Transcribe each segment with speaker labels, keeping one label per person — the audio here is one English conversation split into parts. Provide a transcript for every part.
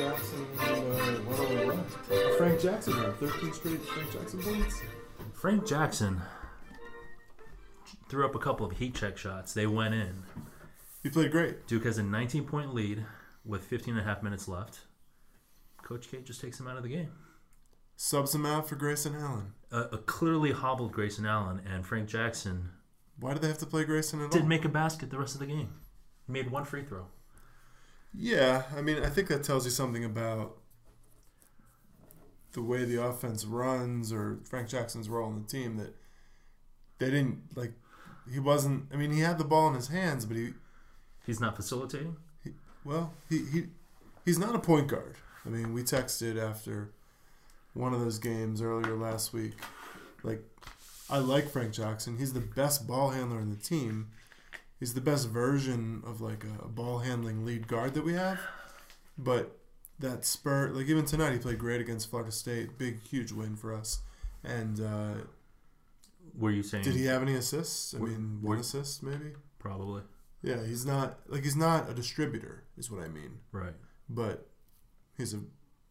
Speaker 1: and uh, went on a run. A Frank Jackson run, 13 straight Frank Jackson points.
Speaker 2: Frank Jackson threw up a couple of heat check shots. They went in.
Speaker 1: He played great.
Speaker 2: Duke has a 19 point lead with 15 and a half minutes left. Coach K just takes him out of the game.
Speaker 1: Subs him out for Grayson Allen.
Speaker 2: A, a clearly hobbled Grayson Allen and Frank Jackson
Speaker 1: Why did they have to play Grayson at all?
Speaker 2: did make a basket the rest of the game. He made one free throw.
Speaker 1: Yeah, I mean, I think that tells you something about the way the offense runs or Frank Jackson's role in the team that they didn't like. He wasn't. I mean, he had the ball in his hands, but he
Speaker 2: He's not facilitating.
Speaker 1: well, he, he he's not a point guard. I mean, we texted after one of those games earlier last week. Like, I like Frank Jackson. He's the best ball handler in the team. He's the best version of like a, a ball handling lead guard that we have. But that spur, like even tonight, he played great against Florida State. Big, huge win for us. And uh,
Speaker 2: Were you saying
Speaker 1: did he have any assists? I
Speaker 2: Wh-
Speaker 1: mean,
Speaker 2: wh-
Speaker 1: one assist maybe.
Speaker 2: probably
Speaker 1: Yeah, he's not like he's not a distributor, is what I mean
Speaker 2: right?
Speaker 1: but he's a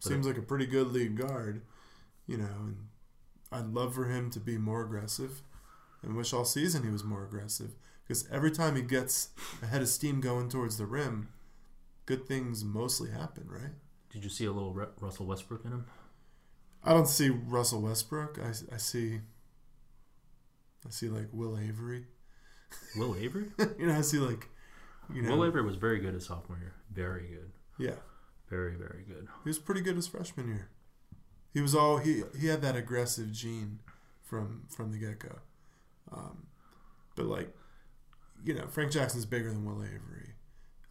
Speaker 1: seems like a pretty good lead guard, you know. And I'd love for him to be more aggressive, and wish all season he was more aggressive because every time he gets a head of steam going towards the rim, good things mostly happen, right?
Speaker 2: Did you see a little Ru- Russell Westbrook in him?
Speaker 1: I don't see Russell Westbrook. I, I see. I see like Will Avery.
Speaker 2: Will Avery.
Speaker 1: you know, I see like, you know,
Speaker 2: Will Avery was very good his sophomore year. Very good.
Speaker 1: yeah.
Speaker 2: Very very good.
Speaker 1: He was pretty good his freshman year. He was all he he had that aggressive gene from from the get go. Um, but like, you know, Frank Jackson's bigger than Will Avery.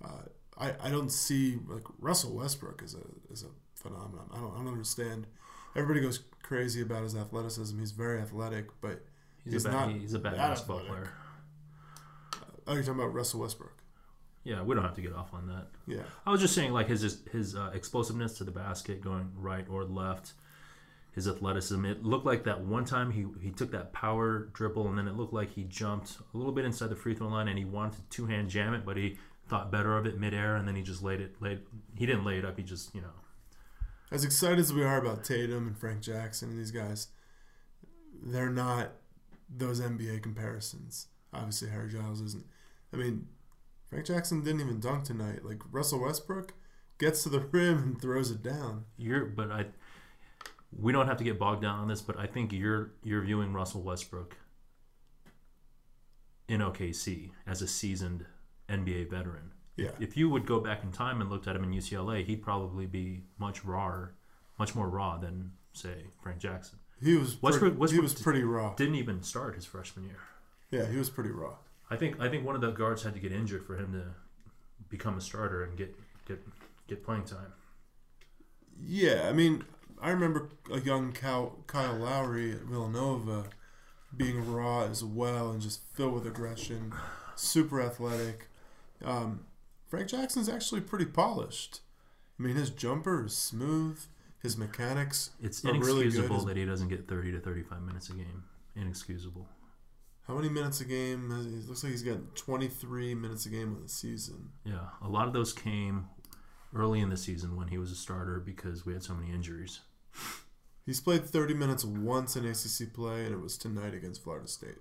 Speaker 1: Uh, I I don't see like Russell Westbrook as a as a phenomenon. I don't I don't understand. Everybody goes crazy about his athleticism. He's very athletic, but
Speaker 2: He's,
Speaker 1: He's
Speaker 2: a bad.
Speaker 1: not
Speaker 2: He's a bad
Speaker 1: that
Speaker 2: basketball
Speaker 1: athletic.
Speaker 2: player.
Speaker 1: oh, you're talking about Russell Westbrook.
Speaker 2: Yeah, we don't have to get off on that.
Speaker 1: Yeah,
Speaker 2: I was just saying, like his his uh, explosiveness to the basket, going right or left, his athleticism. It looked like that one time he he took that power dribble, and then it looked like he jumped a little bit inside the free throw line, and he wanted to two hand jam it, but he thought better of it midair, and then he just laid it laid. He didn't lay it up. He just you know
Speaker 1: as excited as we are about Tatum and Frank Jackson and these guys, they're not those NBA comparisons. Obviously, Harry Giles isn't. I mean, Frank Jackson didn't even dunk tonight. Like Russell Westbrook gets to the rim and throws it down.
Speaker 2: you're. But I we don't have to get bogged down on this, but I think you're you're viewing Russell Westbrook in OKC as a seasoned NBA veteran.
Speaker 1: Yeah,
Speaker 2: if you would go back in time and looked at him in UCLA, he'd probably be much rawer, much more raw than say Frank Jackson.
Speaker 1: he was.
Speaker 2: Westbrook-
Speaker 1: pretty, he
Speaker 2: Westbrook
Speaker 1: was pretty raw.
Speaker 2: Didn't even start his freshman year.
Speaker 1: Yeah, he was pretty raw.
Speaker 2: I think I think one of the guards had to get injured for him to become a starter and get get get playing time.
Speaker 1: Yeah, I mean, I remember a young Kyle, Kyle Lowry at Villanova being raw as well and just filled with aggression, super athletic. Um, Frank Jackson's actually pretty polished. I mean, his jumper is smooth. His mechanics
Speaker 2: It's
Speaker 1: are really good.
Speaker 2: inexcusable
Speaker 1: His-
Speaker 2: that he doesn't get 30 to 35 minutes a game. Inexcusable.
Speaker 1: how many minutes a game? has he- It looks like he's got 23 minutes a game on the season.
Speaker 2: Yeah, a lot of those came early in the season when he was a starter because we had so many injuries.
Speaker 1: He's played 30 minutes once in ACC play, and it was tonight against Florida State.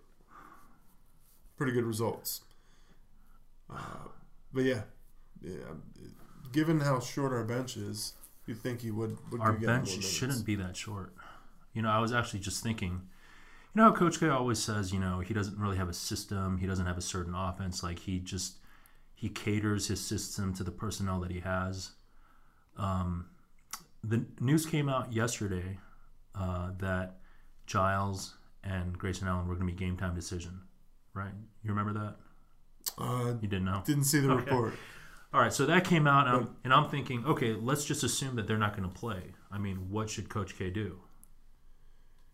Speaker 1: Pretty good results. Uh, but yeah, yeah, given how short our bench is, you'd think he would. would
Speaker 2: our
Speaker 1: be getting
Speaker 2: bench
Speaker 1: more minutes.
Speaker 2: shouldn't be that short. You know, I was actually just thinking, you know how Coach K always says, you know, he doesn't really have a system, he doesn't have a certain offense, like he just he caters his system to the personnel that he has. Um, the news came out yesterday uh, that Giles and Grayson Allen were going to be game time decision, right? You remember that?
Speaker 1: Uh,
Speaker 2: You didn't know?
Speaker 1: didn't see the
Speaker 2: Okay.
Speaker 1: report.
Speaker 2: All right, so that came out, and I'm, and I'm thinking, okay, let's just assume that they're not going to play. I mean, what should Coach K do? I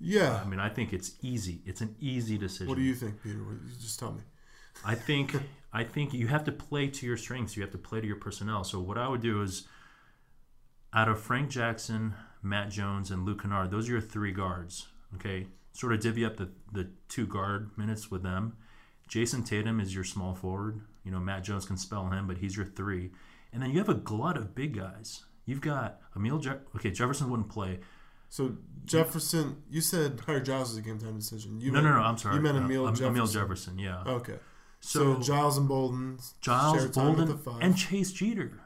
Speaker 1: Yeah.
Speaker 2: mean, I think it's easy. It's an easy decision.
Speaker 1: What do you think, Peter? What, you just tell me.
Speaker 2: I think I think you have to play to your strengths. You have to play to your personnel. So what I would do is, out of Frank Jackson, Matt Jones, and Luke Kennard, those are your three guards. Okay, sort of divvy up the the two guard minutes with them. Jason Tatum is your small forward. You know Matt Jones can spell him, but he's your three. And then you have a glut of big guys. You've got Emil. Je- okay, Jefferson wouldn't play.
Speaker 1: So Jefferson, you said Tyre Giles was a game time decision. You
Speaker 2: no,
Speaker 1: meant,
Speaker 2: no, no. I'm sorry.
Speaker 1: You meant
Speaker 2: Uh,
Speaker 1: Emil
Speaker 2: um,
Speaker 1: Jefferson.
Speaker 2: Emil Jefferson. Yeah.
Speaker 1: Okay. So,
Speaker 2: so
Speaker 1: Giles and Bolden.
Speaker 2: Giles
Speaker 1: share time at
Speaker 2: Bolden
Speaker 1: the five.
Speaker 2: and Chase Jeter.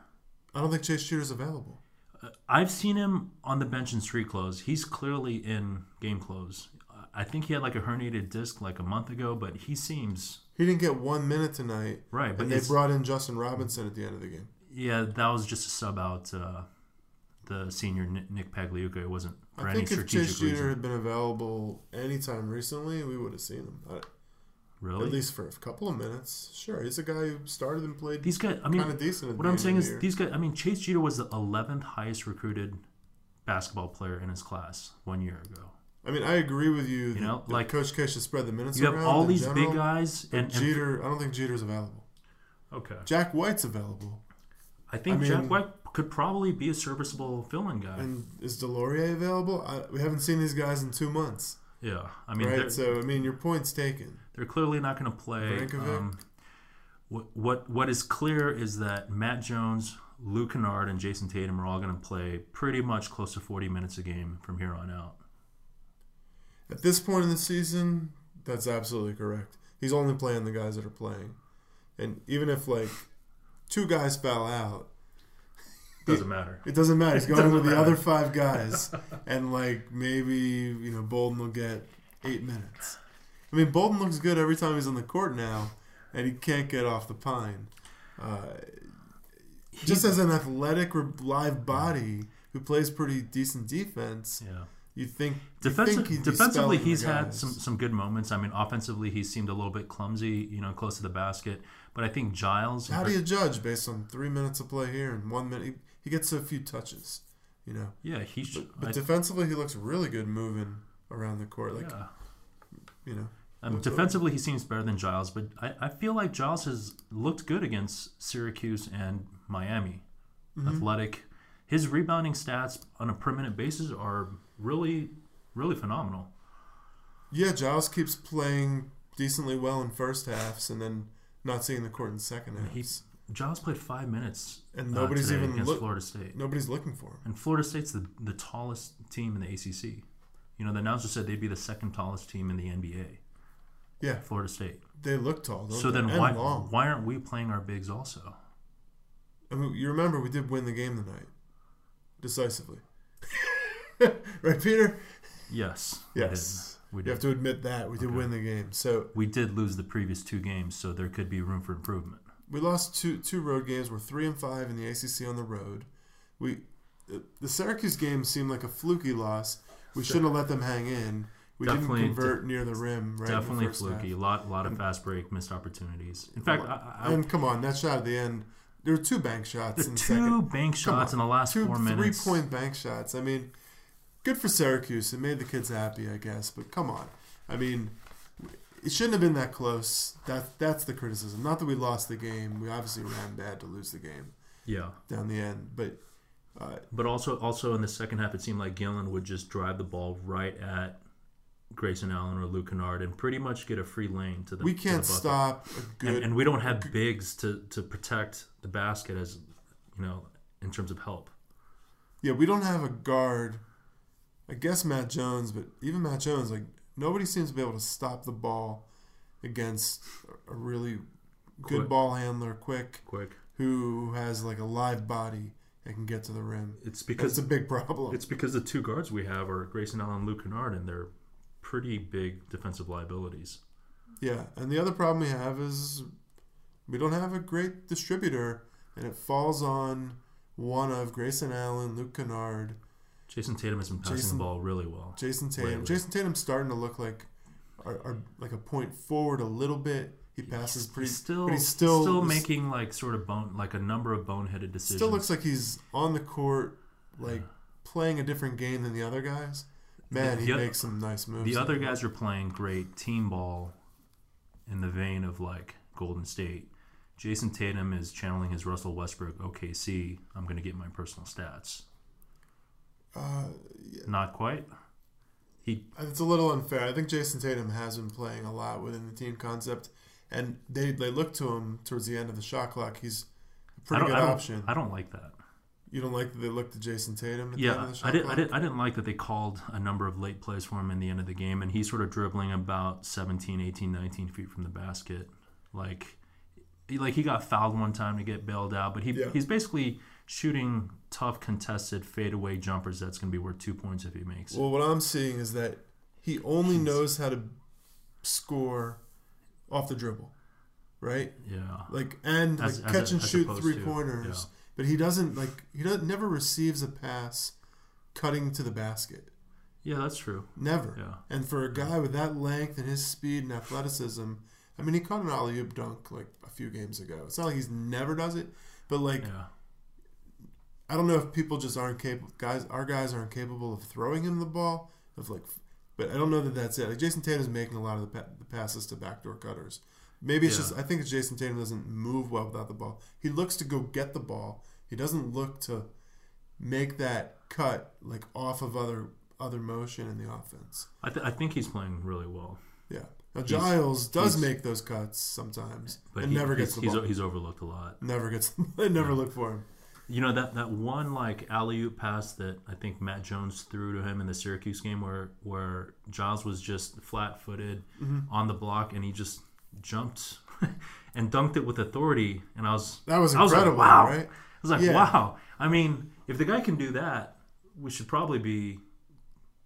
Speaker 1: I don't think Chase Shooter's available.
Speaker 2: Uh, I've seen him on the bench in street clothes. He's clearly in game clothes. I- I think he had like a herniated disc like a month ago, but he seems
Speaker 1: He didn't get one minute tonight,
Speaker 2: right. But
Speaker 1: and they
Speaker 2: it's,
Speaker 1: brought in Justin Robinson at the end of the game.
Speaker 2: yeah, that was just a sub out. Uh, the senior Ni- Nick Pagliuca. It wasn't for
Speaker 1: I
Speaker 2: any
Speaker 1: think if Chase
Speaker 2: strategic
Speaker 1: Shooter
Speaker 2: reason.
Speaker 1: had been available anytime recently, we would have seen him. I- At
Speaker 2: Really,
Speaker 1: least for a couple of minutes. Sure, he's a guy who started and played
Speaker 2: these guys. I mean,
Speaker 1: kind of decent. At
Speaker 2: What
Speaker 1: the
Speaker 2: I'm
Speaker 1: end
Speaker 2: saying
Speaker 1: of the
Speaker 2: is
Speaker 1: year.
Speaker 2: these guys. I mean, Chase Jeter was the 11th highest recruited basketball player in his class one year ago.
Speaker 1: I mean, I agree with you. that-
Speaker 2: know,
Speaker 1: that
Speaker 2: like,
Speaker 1: Coach K should spread the minutes.
Speaker 2: You have
Speaker 1: around
Speaker 2: all
Speaker 1: in
Speaker 2: these
Speaker 1: general,
Speaker 2: big guys,
Speaker 1: but
Speaker 2: and, and
Speaker 1: Jeter. I don't think Jeter's available.
Speaker 2: okay,
Speaker 1: Jack White's available,
Speaker 2: I think
Speaker 1: I mean-
Speaker 2: Jack White could probably be a serviceable filling guy.
Speaker 1: and is Delorier available? I, we haven't seen these guys in two months,
Speaker 2: yeah, I mean, they're,
Speaker 1: right? So I mean, your point's taken.
Speaker 2: they're clearly not going to play.
Speaker 1: Brankovic?
Speaker 2: Um, what what what is clear is that Matt Jones, Lou Kennard, and Jason Tatum are all going to play pretty much close to 40 minutes a game from here on out.
Speaker 1: At this point in the season, that's absolutely correct. He's only playing the guys that are playing, and even if like two guys foul out,
Speaker 2: Doesn't matter.
Speaker 1: It doesn't matter. He's
Speaker 2: It
Speaker 1: going
Speaker 2: doesn't
Speaker 1: with the
Speaker 2: matter.
Speaker 1: other five guys, and like maybe you know Bolden will get eight minutes. I mean, Bolden looks good every time he's on the court now, and he can't get off the pine. Uh, just as an athletic, re- live body who plays pretty decent defense,
Speaker 2: Yeah.
Speaker 1: you think you
Speaker 2: Defensive,
Speaker 1: think he'd be
Speaker 2: defensively,
Speaker 1: spelling the
Speaker 2: he's had
Speaker 1: guys.
Speaker 2: some, some good moments. I mean, offensively, he seemed a little bit clumsy, you know, close to the basket. But I think Giles,
Speaker 1: How do you judge based on three minutes of play here and one minute? He, he gets so few touches, you know.
Speaker 2: yeah, he should.
Speaker 1: But, but
Speaker 2: I-
Speaker 1: defensively, he looks really good moving around the court, like
Speaker 2: yeah.
Speaker 1: you know.
Speaker 2: Um,
Speaker 1: What's up?
Speaker 2: defensively, he seems better than Giles, but I, I feel like Giles has looked good against Syracuse and Miami.
Speaker 1: Mm-hmm.
Speaker 2: Athletic, his rebounding stats on a permanent basis are really, really phenomenal.
Speaker 1: Yeah, Giles keeps playing decently well in first halves and then not seeing the court in second halves.
Speaker 2: He's Giles played five minutes,
Speaker 1: and
Speaker 2: uh,
Speaker 1: nobody's
Speaker 2: today
Speaker 1: even
Speaker 2: against
Speaker 1: look,
Speaker 2: Florida State.
Speaker 1: nobody's looking for him.
Speaker 2: And Florida State's the, the tallest team in the ACC. You know, the announcer said they'd be the second tallest team in the NBA.
Speaker 1: Yeah.
Speaker 2: Florida State.
Speaker 1: They look tall, don't
Speaker 2: So
Speaker 1: they?
Speaker 2: then
Speaker 1: and
Speaker 2: why
Speaker 1: long.
Speaker 2: why aren't we playing our bigs also?
Speaker 1: I mean, you remember we did win the game tonight. Decisively. right, Peter?
Speaker 2: Yes.
Speaker 1: Yes.
Speaker 2: We
Speaker 1: You have
Speaker 2: did.
Speaker 1: to admit that. We did
Speaker 2: Okay.
Speaker 1: win the game. So
Speaker 2: We did lose the previous two games, so there could be room for improvement.
Speaker 1: we lost two two road games. We're three and five in the ACC on the road. We the- the Syracuse game seemed like a fluky loss. We shouldn't have let them hang in. We didn't
Speaker 2: Definitely-
Speaker 1: convert near the rim. Right in the
Speaker 2: Definitely
Speaker 1: first half.
Speaker 2: fluky. A lot lot of fast break, missed opportunities. In fact, I, I,
Speaker 1: And come on, that shot at the end. There were two bank shots in the
Speaker 2: the two
Speaker 1: second.
Speaker 2: bank shots in the last
Speaker 1: Two
Speaker 2: four
Speaker 1: three
Speaker 2: minutes.
Speaker 1: point bank shots. I mean, good for Syracuse. It made the kids happy, I guess. But come on. I mean, it shouldn't have been that close. That That's the criticism. Not that we lost the game. We obviously ran bad to lose the game
Speaker 2: Yeah.
Speaker 1: down the end. But uh,
Speaker 2: But also, also in the second half, it seemed like Gillen would just drive the ball right at Grayson Allen or Luke Kennard and pretty much get a free lane to the.
Speaker 1: we
Speaker 2: to the
Speaker 1: can't
Speaker 2: bucket.
Speaker 1: stop a
Speaker 2: And,
Speaker 1: good.
Speaker 2: and we don't have bigs to to protect the basket as you know in terms of help.
Speaker 1: yeah, we don't have a guard. I guess Matt Jones, but even Matt Jones, like nobody seems to be able to stop the ball against a really good
Speaker 2: Quick.
Speaker 1: ball handler, quick,
Speaker 2: Quick,
Speaker 1: who has like a live body and can get to the rim. Because
Speaker 2: it's because
Speaker 1: it's a big problem.
Speaker 2: it's because the two guards we have are Grayson Allen, and Luke Kennard, and they're pretty big defensive liabilities.
Speaker 1: yeah, and the other problem we have is we don't have a great distributor, and it falls on one of Grayson Allen, Luke Kennard,
Speaker 2: Jason Tatum has been passing
Speaker 1: Jason-
Speaker 2: the ball really well.
Speaker 1: Jason Tatum.
Speaker 2: Lately.
Speaker 1: Jason Tatum's starting to look like, are, are like a point forward a little bit. He passes pretty,
Speaker 2: He's still,
Speaker 1: but he's still
Speaker 2: still making like sort of bone like a number of boneheaded decisions.
Speaker 1: Still looks like he's on the court, like playing a different game than the other guys. Man,
Speaker 2: The-
Speaker 1: he
Speaker 2: the-
Speaker 1: makes some nice moves.
Speaker 2: The other guys are playing great team ball in the vein of like Golden State. Jason Tatum is channeling his Russell Westbrook OKC. I'm going to get my personal stats.
Speaker 1: Uh,
Speaker 2: Not quite. He
Speaker 1: it's a little unfair. I think Jason Tatum has been playing a lot within the team concept, and they they look to him towards the end of the shot clock. He's a
Speaker 2: I
Speaker 1: pretty
Speaker 2: don't,
Speaker 1: good
Speaker 2: I don't,
Speaker 1: option.
Speaker 2: I don't like that.
Speaker 1: You don't like that they looked at Jason Tatum at the end
Speaker 2: Yeah,
Speaker 1: of the shot
Speaker 2: I didn't, I
Speaker 1: clock?
Speaker 2: didn't. I didn't like that they called a number of late plays for him in the end of the game, and he's sort of dribbling about 17, 18, 19 feet from the basket. Like, he- like he got fouled one time to get bailed out, but he
Speaker 1: Yeah.
Speaker 2: he's basically shooting tough contested fadeaway jumpers that's going to be worth two points if he makes. it.
Speaker 1: Well, what I'm seeing is that he only
Speaker 2: Jeez.
Speaker 1: knows how to score off the dribble, right?
Speaker 2: yeah,
Speaker 1: Like and
Speaker 2: As-
Speaker 1: like
Speaker 2: as
Speaker 1: catch
Speaker 2: a-
Speaker 1: and
Speaker 2: as
Speaker 1: shoot
Speaker 2: opposed
Speaker 1: three
Speaker 2: to-
Speaker 1: pointers,
Speaker 2: yeah.
Speaker 1: but he doesn't like he doesn't never receives a pass cutting to the basket.
Speaker 2: yeah, that's true.
Speaker 1: Never.
Speaker 2: Yeah,
Speaker 1: And for a guy with that length and his speed and athleticism, I mean, he caught an alley oop dunk like a few games ago. It's not like he's never does it, but like
Speaker 2: yeah,
Speaker 1: I don't know if people just aren't capable. Guys, our guys aren't capable of throwing him the ball. Of like, but I don't know that that's it. Like Jason Tatum's making a lot of the, pa- the passes to backdoor cutters. Maybe it's
Speaker 2: Yeah.
Speaker 1: just I think it's Jason Tatum doesn't move well without the ball. He looks to go get the ball. He doesn't look to make that cut like off of other other motion in the offense.
Speaker 2: I, th- I think he's playing really well,
Speaker 1: Yeah. Now
Speaker 2: He's-
Speaker 1: Giles does
Speaker 2: he's-
Speaker 1: make those cuts sometimes,
Speaker 2: but
Speaker 1: and
Speaker 2: he,
Speaker 1: never
Speaker 2: he's,
Speaker 1: gets the
Speaker 2: he's,
Speaker 1: ball.
Speaker 2: he's overlooked a lot.
Speaker 1: never gets. they never look for him.
Speaker 2: You know that that one like alley oop pass that I think Matt Jones threw to him in the Syracuse game, where where Giles was just flat footed
Speaker 1: Mm-hmm.
Speaker 2: on the block and he just jumped and dunked it with authority, and I was
Speaker 1: That was
Speaker 2: I was like,
Speaker 1: incredible,
Speaker 2: wow.
Speaker 1: right?
Speaker 2: I was like
Speaker 1: Yeah.
Speaker 2: wow. I mean, if the guy can do that, we should probably be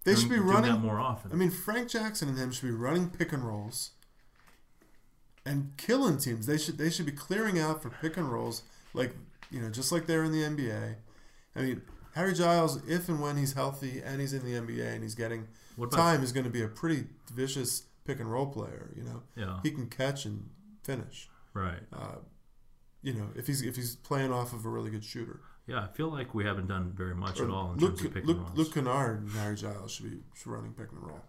Speaker 1: They
Speaker 2: doing-
Speaker 1: should be
Speaker 2: doing
Speaker 1: running
Speaker 2: that more often.
Speaker 1: I mean, Frank Jackson and him should be running pick and rolls and killing teams. They should they should be clearing out for pick and rolls, like you know, just like they're in the NBA. I mean, Harry Giles, if and when he's healthy and he's in the NBA and he's getting
Speaker 2: What about-
Speaker 1: time, is going to be a pretty vicious pick and roll player. You know,
Speaker 2: yeah,
Speaker 1: he can catch and finish.
Speaker 2: right.
Speaker 1: Uh, you know, if he's if he's playing off of a really good shooter.
Speaker 2: Yeah, I feel like we haven't done very much
Speaker 1: Or
Speaker 2: at all in
Speaker 1: Luke,
Speaker 2: terms of pick
Speaker 1: Luke,
Speaker 2: and rolls.
Speaker 1: Luke Kennard and Harry Giles should be should be running pick and roll.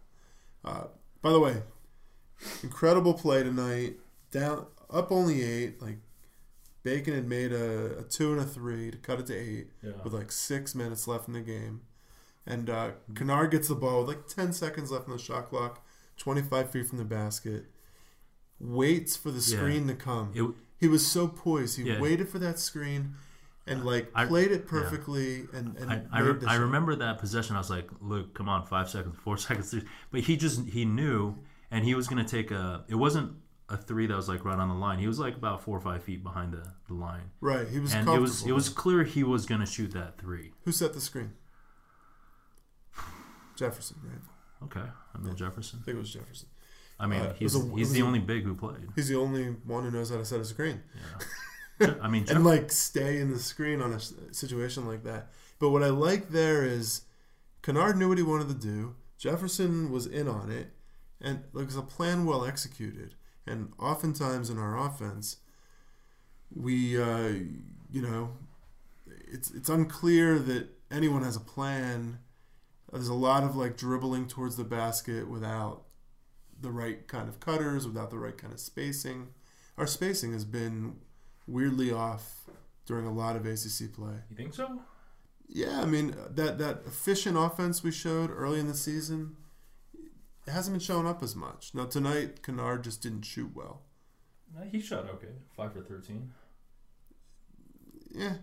Speaker 1: Uh, by the way, incredible play tonight. Down up only eight. Like Bacon had made a, a two and a three to cut it to eight
Speaker 2: yeah.
Speaker 1: with like six minutes left in the game, and uh, Kennard gets the ball with like ten seconds left on the shot clock, twenty five feet from the basket. Waits for the
Speaker 2: Yeah.
Speaker 1: screen to come.
Speaker 2: It-
Speaker 1: He was so poised. He
Speaker 2: Yeah. Uh,
Speaker 1: waited for that screen and like
Speaker 2: I-
Speaker 1: played it perfectly. And, and
Speaker 2: I, I,
Speaker 1: made
Speaker 2: re-
Speaker 1: the
Speaker 2: I
Speaker 1: shot.
Speaker 2: remember that possession. I was like, Luke, come on, five seconds, four seconds. three." But he just, he knew, and he was going to take a, it wasn't a three that was like right on the line. He was like about four or five feet behind the, the line.
Speaker 1: Right, he was
Speaker 2: And
Speaker 1: comfortable.
Speaker 2: it was, it was clear he was going to shoot that three.
Speaker 1: Who set the screen? Jefferson, right?
Speaker 2: Okay. Emil Jefferson.
Speaker 1: I think it was Jefferson.
Speaker 2: I mean,
Speaker 1: Uh, it
Speaker 2: he's,
Speaker 1: was a- it
Speaker 2: he's
Speaker 1: was
Speaker 2: the
Speaker 1: a-
Speaker 2: only big who played.
Speaker 1: He's the only one who knows how to set a screen
Speaker 2: Yeah. I mean, Jeff-
Speaker 1: and like stay in the screen on a s- situation like that. But what I like there is Kennard knew what he wanted to do. Jefferson was in on it, and like, it was a plan well executed. And oftentimes in our offense, we, uh, you know, it's it's unclear that anyone has a plan. There's a lot of like dribbling towards the basket without the right kind of cutters, without the right kind of spacing. Our spacing has been weirdly off during a lot of ACC play.
Speaker 2: you think so?
Speaker 1: Yeah, I mean that that efficient offense we showed early in the season it hasn't been showing up as much. Now tonight, Kennard just didn't shoot well.
Speaker 2: No, he shot okay. Five for 13.
Speaker 1: Yeah,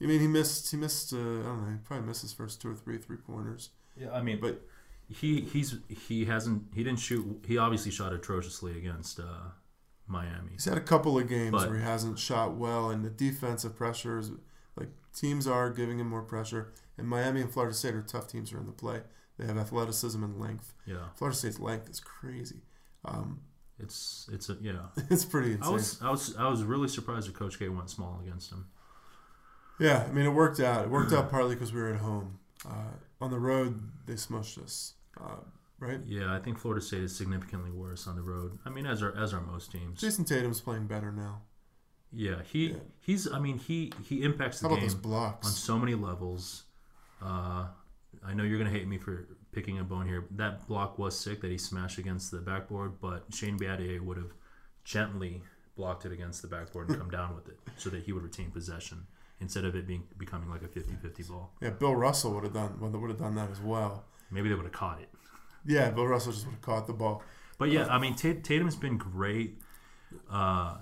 Speaker 1: I mean he missed he missed uh, I don't know he probably missed his first two or three three pointers.
Speaker 2: Yeah, I mean,
Speaker 1: But-
Speaker 2: he he's he hasn't he didn't shoot. He obviously shot atrociously against uh, Miami.
Speaker 1: He's had a couple of games
Speaker 2: But-
Speaker 1: where he hasn't shot well, and the defensive pressures like teams are giving him more pressure. And Miami and Florida State are tough teams who are in the play. They have athleticism and length.
Speaker 2: Yeah,
Speaker 1: Florida State's length is crazy. Um,
Speaker 2: it's it's a yeah.
Speaker 1: it's pretty insane.
Speaker 2: I was I was I was really surprised that Coach K went small against him.
Speaker 1: Yeah, I mean, it worked out. It worked out partly because we were at home. Uh, on the road, they smushed us, uh, right?
Speaker 2: Yeah, I think Florida State is significantly worse on the road. I mean, as are as are most teams.
Speaker 1: Jason Tatum's playing better now.
Speaker 2: Yeah, he
Speaker 1: Yeah.
Speaker 2: he's I mean he he impacts
Speaker 1: How
Speaker 2: the
Speaker 1: about those
Speaker 2: game on
Speaker 1: blocks?
Speaker 2: so many levels. Uh, I know you're gonna hate me for picking a bone here. That block was sick that he smashed against the backboard, but Shane Battier would have gently blocked it against the backboard and come down with it so that he would retain possession instead of it being becoming like a 50-50 ball.
Speaker 1: Yeah, Bill Russell would have done would have done that as well.
Speaker 2: Maybe they would have caught it.
Speaker 1: Yeah, Bill Russell just would have caught the ball.
Speaker 2: But yeah, I mean, Ta- Tatum's been great. Uh,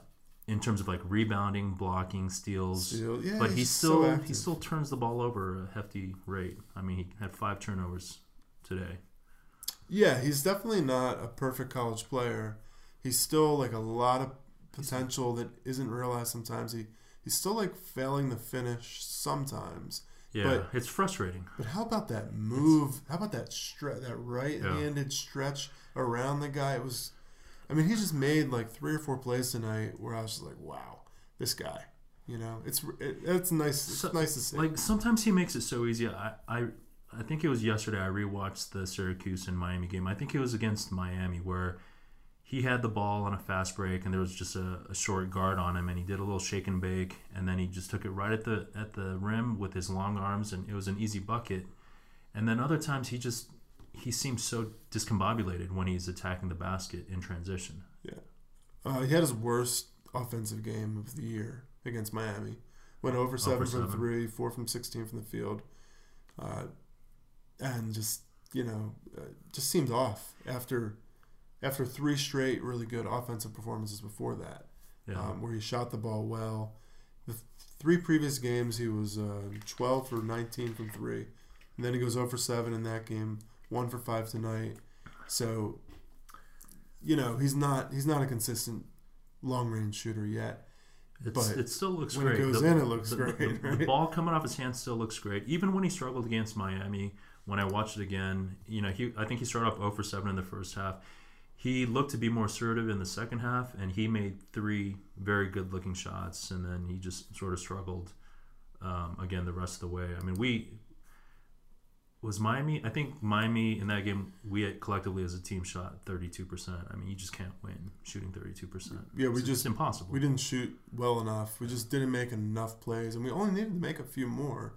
Speaker 2: in terms of like rebounding, blocking, steals.
Speaker 1: Steal- yeah,
Speaker 2: but
Speaker 1: he's
Speaker 2: he
Speaker 1: just so
Speaker 2: still he
Speaker 1: active.
Speaker 2: still turns the ball over a hefty rate. I mean, he had five turnovers today.
Speaker 1: Yeah, he's definitely not a perfect college player. He's still like a lot of potential that isn't realized sometimes. He he's still like failing the finish sometimes.
Speaker 2: Yeah, it's frustrating.
Speaker 1: But how about that move? How about that stre- that right-handed stretch around the guy? It was I mean, he just made like three or four plays tonight where I was just like, "Wow, this guy." You know, it's it, it's nice it's
Speaker 2: So-
Speaker 1: nice to see.
Speaker 2: Like sometimes he makes it so easy. I, I I think it was yesterday. I rewatched the Syracuse and Miami game. I think it was against Miami where he had the ball on a fast break and there was just a, a short guard on him and he did a little shake and bake and then he just took it right at the at the rim with his long arms and it was an easy bucket. And then other times he just he seems so discombobulated when he's attacking the basket in transition.
Speaker 1: Uh, he had his worst offensive game of the year against Miami. Went over seven from
Speaker 2: seven.
Speaker 1: three, four from sixteen from the field, uh, and just you know, uh, just seemed off after after three straight really good offensive performances before that,
Speaker 2: Yeah.
Speaker 1: um, where he shot the ball well. The th- three previous games he was uh, twelve for nineteen from three, and then he goes over seven in that game, one for five tonight. So, you know, he's not he's not a consistent long range shooter yet.
Speaker 2: It's,
Speaker 1: But
Speaker 2: it still looks
Speaker 1: when it
Speaker 2: great.
Speaker 1: goes in, it looks
Speaker 2: the,
Speaker 1: great,
Speaker 2: the- the
Speaker 1: right?
Speaker 2: ball coming off his hand still looks great. Even when he struggled against Miami, when I watched it again, you know, he I think he started off 0 for 7 in the first half. He looked to be more assertive in the second half, and he made three very good looking shots, and then he just sort of struggled um, again the rest of the way. I mean, we was Miami. I think Miami in that game, we collectively as a team shot 32%. I mean, you just can't win shooting 32%.
Speaker 1: Yeah, we
Speaker 2: It's-
Speaker 1: just-
Speaker 2: it's impossible.
Speaker 1: We didn't shoot well enough. We just didn't make enough plays, and we only needed to make a few more.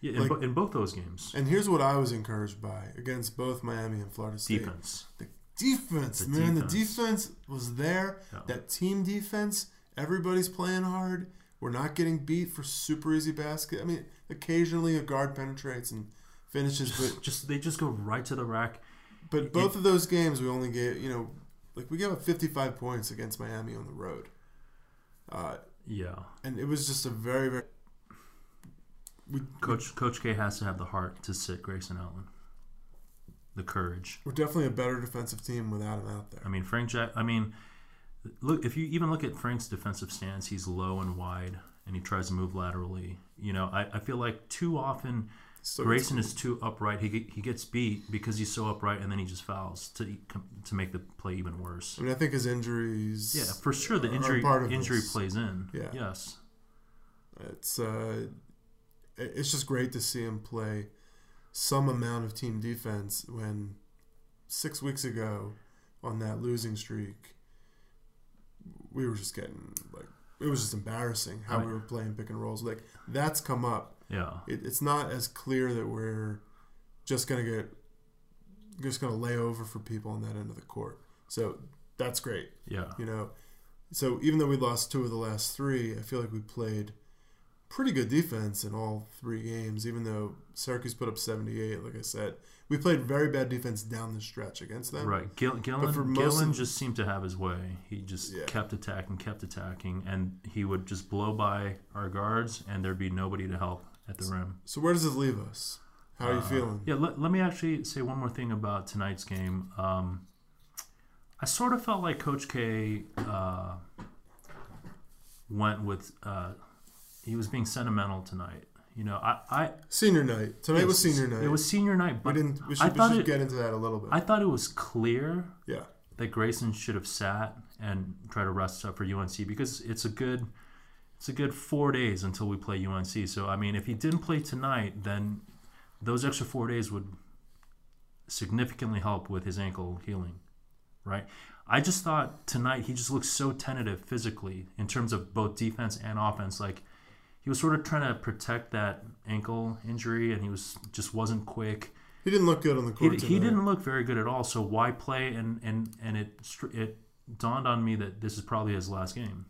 Speaker 2: yeah, in,
Speaker 1: like-
Speaker 2: bo- in both those games.
Speaker 1: And here's what I was encouraged by against both Miami and Florida State:
Speaker 2: defense.
Speaker 1: the defense,
Speaker 2: The
Speaker 1: man. The
Speaker 2: defense.
Speaker 1: defense was there.
Speaker 2: Yeah.
Speaker 1: That team defense. Everybody's playing hard. We're not getting beat for super easy basket. I mean, occasionally a guard penetrates and finishes, but
Speaker 2: Just they just go right to the rack.
Speaker 1: But both of those games, we only gave you know, like we gave up 55 points against Miami on the road, uh,
Speaker 2: Yeah,
Speaker 1: and it was just a very very. We,
Speaker 2: Coach Coach K has to have the heart to sit Grayson Allen, the courage.
Speaker 1: we're definitely a better defensive team without him out there.
Speaker 2: I mean Frank Jack. I mean, look if you even look at Frank's defensive stance, he's low and wide, and he tries to move laterally. You know, I, I feel like too often
Speaker 1: So
Speaker 2: Grayson is too upright. He get- he gets beat because he's so upright, and then he just fouls to to make the play even worse.
Speaker 1: I mean, I think his injuries.
Speaker 2: Yeah, for sure the
Speaker 1: Are
Speaker 2: injury
Speaker 1: part of
Speaker 2: injury
Speaker 1: this.
Speaker 2: plays in.
Speaker 1: Yeah.
Speaker 2: Yes.
Speaker 1: It's uh, it- it's just great to see him play some amount of team defense when six weeks ago on that losing streak, we were just getting like it was just embarrassing how we were playing pick and rolls. Like that's come up.
Speaker 2: Yeah.
Speaker 1: It, it's not as clear that we're just gonna get just gonna lay over for people on that end of the court. So that's great
Speaker 2: Yeah.
Speaker 1: you know. So even though we lost two of the last three, I feel like we played pretty good defense in all three games. Even though Syracuse put up 78, like I said, we played very bad defense down the stretch against them.
Speaker 2: Right, Gill, Gillen,
Speaker 1: for most
Speaker 2: Gillen
Speaker 1: of-
Speaker 2: just seemed to have his way. He just
Speaker 1: Yeah.
Speaker 2: kept attacking, kept attacking, and he would just blow by our guards, and there'd be nobody to help at the rim.
Speaker 1: So where does this leave us? How are you
Speaker 2: Uh,
Speaker 1: feeling?
Speaker 2: Yeah, let, let me actually say one more thing about tonight's game. Um, I sort of felt like Coach K uh, went with uh, he was being sentimental tonight. You know, I, I
Speaker 1: Senior night. Tonight was senior night.
Speaker 2: It was senior night,
Speaker 1: we
Speaker 2: but
Speaker 1: didn't. We
Speaker 2: I
Speaker 1: should, we
Speaker 2: thought
Speaker 1: should
Speaker 2: it-
Speaker 1: get into that a little bit.
Speaker 2: I thought it was clear
Speaker 1: yeah.
Speaker 2: that Grayson should have sat and tried to rest up for UNC because it's a good it's a good four days until we play UNC. So I mean, if he didn't play tonight, then those extra four days would significantly help with his ankle healing, right? I just thought tonight he just looked so tentative physically in terms of both defense and offense. Like he was sort of trying to protect that ankle injury, and he was just wasn't quick
Speaker 1: He didn't look good on the
Speaker 2: he,
Speaker 1: court.
Speaker 2: he
Speaker 1: tonight.
Speaker 2: didn't look very good at all. So why play? And and and it str- it dawned on me that this is probably his last game.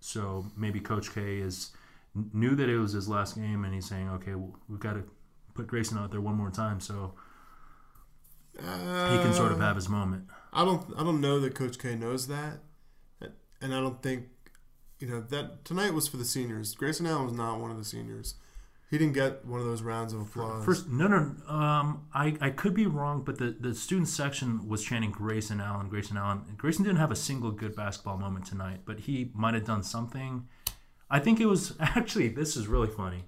Speaker 2: So maybe Coach K is knew that it was his last game, and he's saying, okay, well, we've got to put Grayson out there one more time, so he can sort of
Speaker 1: Uh,
Speaker 2: have his moment.
Speaker 1: I don't I don't know that Coach K knows that, and I don't think you know that tonight was for the seniors. Grayson Allen was not one of the seniors. He didn't get one of those rounds of applause.
Speaker 2: First, no, no, um, I, I could be wrong, but the, the student section was chanting Grayson Allen, Grayson Allen. Grayson didn't have a single good basketball moment tonight, but he might have done something. I think it was actually this is really funny.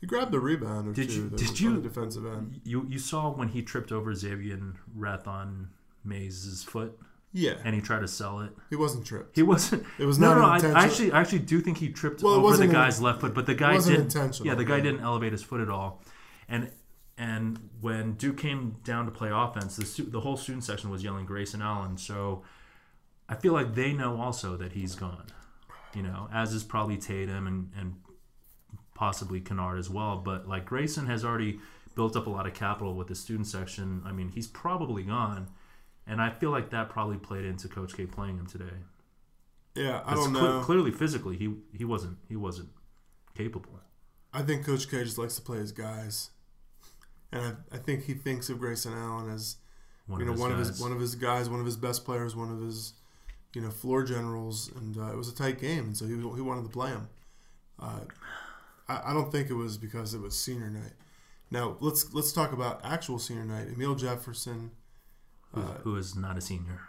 Speaker 1: he grabbed the rebound or
Speaker 2: Did
Speaker 1: two.
Speaker 2: you-
Speaker 1: that
Speaker 2: did
Speaker 1: was
Speaker 2: you-
Speaker 1: on the defensive end?
Speaker 2: You you saw when he tripped over Xavier Rath on Mays' foot,
Speaker 1: Yeah,
Speaker 2: and he tried to sell it.
Speaker 1: he wasn't tripped.
Speaker 2: He wasn't.
Speaker 1: It was
Speaker 2: no,
Speaker 1: not
Speaker 2: no.
Speaker 1: an
Speaker 2: I,
Speaker 1: intention-
Speaker 2: I actually, I actually do think he tripped
Speaker 1: Well, it
Speaker 2: over the
Speaker 1: wasn't an-
Speaker 2: guy's left foot, but the guy
Speaker 1: wasn't
Speaker 2: didn't.
Speaker 1: intentional,
Speaker 2: Yeah, the guy
Speaker 1: yeah.
Speaker 2: didn't elevate his foot at all, and and when Duke came down to play offense, the stu- the whole student section was yelling Grayson Allen. So I feel like they know also that he's gone. You know, as is probably Tatum and and possibly Kennard as well. But like Grayson has already built up a lot of capital with the student section. I mean, he's probably gone. And I feel like that probably played into Coach K playing him today.
Speaker 1: Yeah, I
Speaker 2: It's
Speaker 1: don't
Speaker 2: cle-
Speaker 1: know.
Speaker 2: clearly, physically, he he wasn't he wasn't capable.
Speaker 1: I think Coach K just likes to play his guys, and I, I think he thinks of Grayson Allen as
Speaker 2: One
Speaker 1: you know
Speaker 2: of his
Speaker 1: one
Speaker 2: guys.
Speaker 1: of his one of his guys, one of his best players, one of his you know floor generals, and uh, it was a tight game, and so he he wanted to play him. Uh, I, I don't think it was because it was senior night. Now let's let's talk about actual senior night. Emil Jefferson,
Speaker 2: who-
Speaker 1: uh,
Speaker 2: who is not a senior.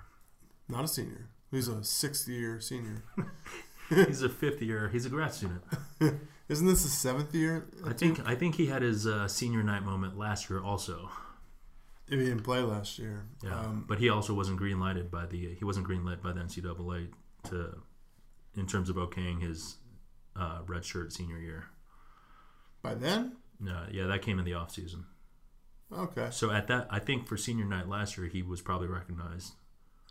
Speaker 1: not a senior, he's a sixth year senior.
Speaker 2: he's a fifth year. He's a grad student.
Speaker 1: Isn't this the seventh year?
Speaker 2: I think I think he had his uh, senior night moment last year also.
Speaker 1: He didn't play last year.
Speaker 2: Yeah,
Speaker 1: Um,
Speaker 2: but he also wasn't green lighted by the he wasn't green lit by the NCAA to in terms of okaying his uh, red shirt senior year.
Speaker 1: by then,
Speaker 2: No, yeah, that came in the off season.
Speaker 1: okay.
Speaker 2: So at that, I think for senior night last year, he was probably recognized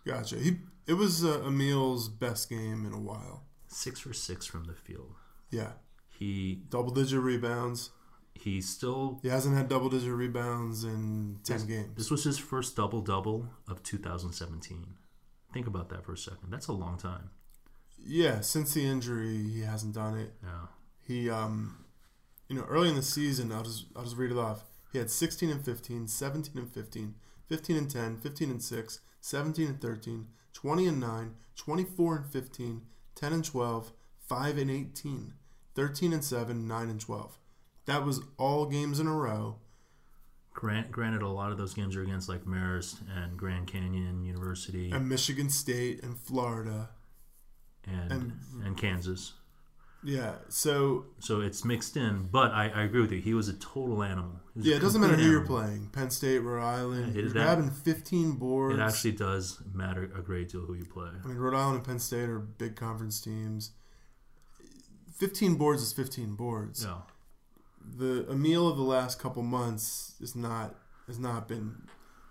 Speaker 1: Gotcha. He it was uh, Emil's best game in a while.
Speaker 2: six for six from the field.
Speaker 1: Yeah,
Speaker 2: He
Speaker 1: double digit rebounds.
Speaker 2: he still
Speaker 1: He hasn't had double digit rebounds in ten games.
Speaker 2: This was his first double double of 2017. Think about that for a second. That's a long time.
Speaker 1: Yeah, since the injury, he hasn't done it.
Speaker 2: Yeah.
Speaker 1: He um, you know, early in the season, I'll just I'll just read it off. He had 16 and 15, 17 and 15, 15 and 10, 15 and 6, 17 and 13, 20 and 9, 24 and 15, 10 and 12, 5 and 18, 13 and 7, 9 and 12. That was all games in a row.
Speaker 2: Grant, granted, a lot of those games are against like Marist and Grand Canyon University and
Speaker 1: and Michigan State and Florida.
Speaker 2: and, Kansas.
Speaker 1: Yeah, so
Speaker 2: So it's mixed in, but I, I agree with you. He was a total animal. He was a
Speaker 1: yeah, it doesn't matter
Speaker 2: complete
Speaker 1: who you're
Speaker 2: animal.
Speaker 1: playing. Penn State, Rhode Island,
Speaker 2: Yeah, it-
Speaker 1: you're
Speaker 2: that-
Speaker 1: grabbing 15 boards.
Speaker 2: It actually does matter a great deal who you play.
Speaker 1: I mean, Rhode Island and Penn State are big conference teams. 15 boards is 15 boards.
Speaker 2: Yeah.
Speaker 1: The Emil of the last couple months is not has not been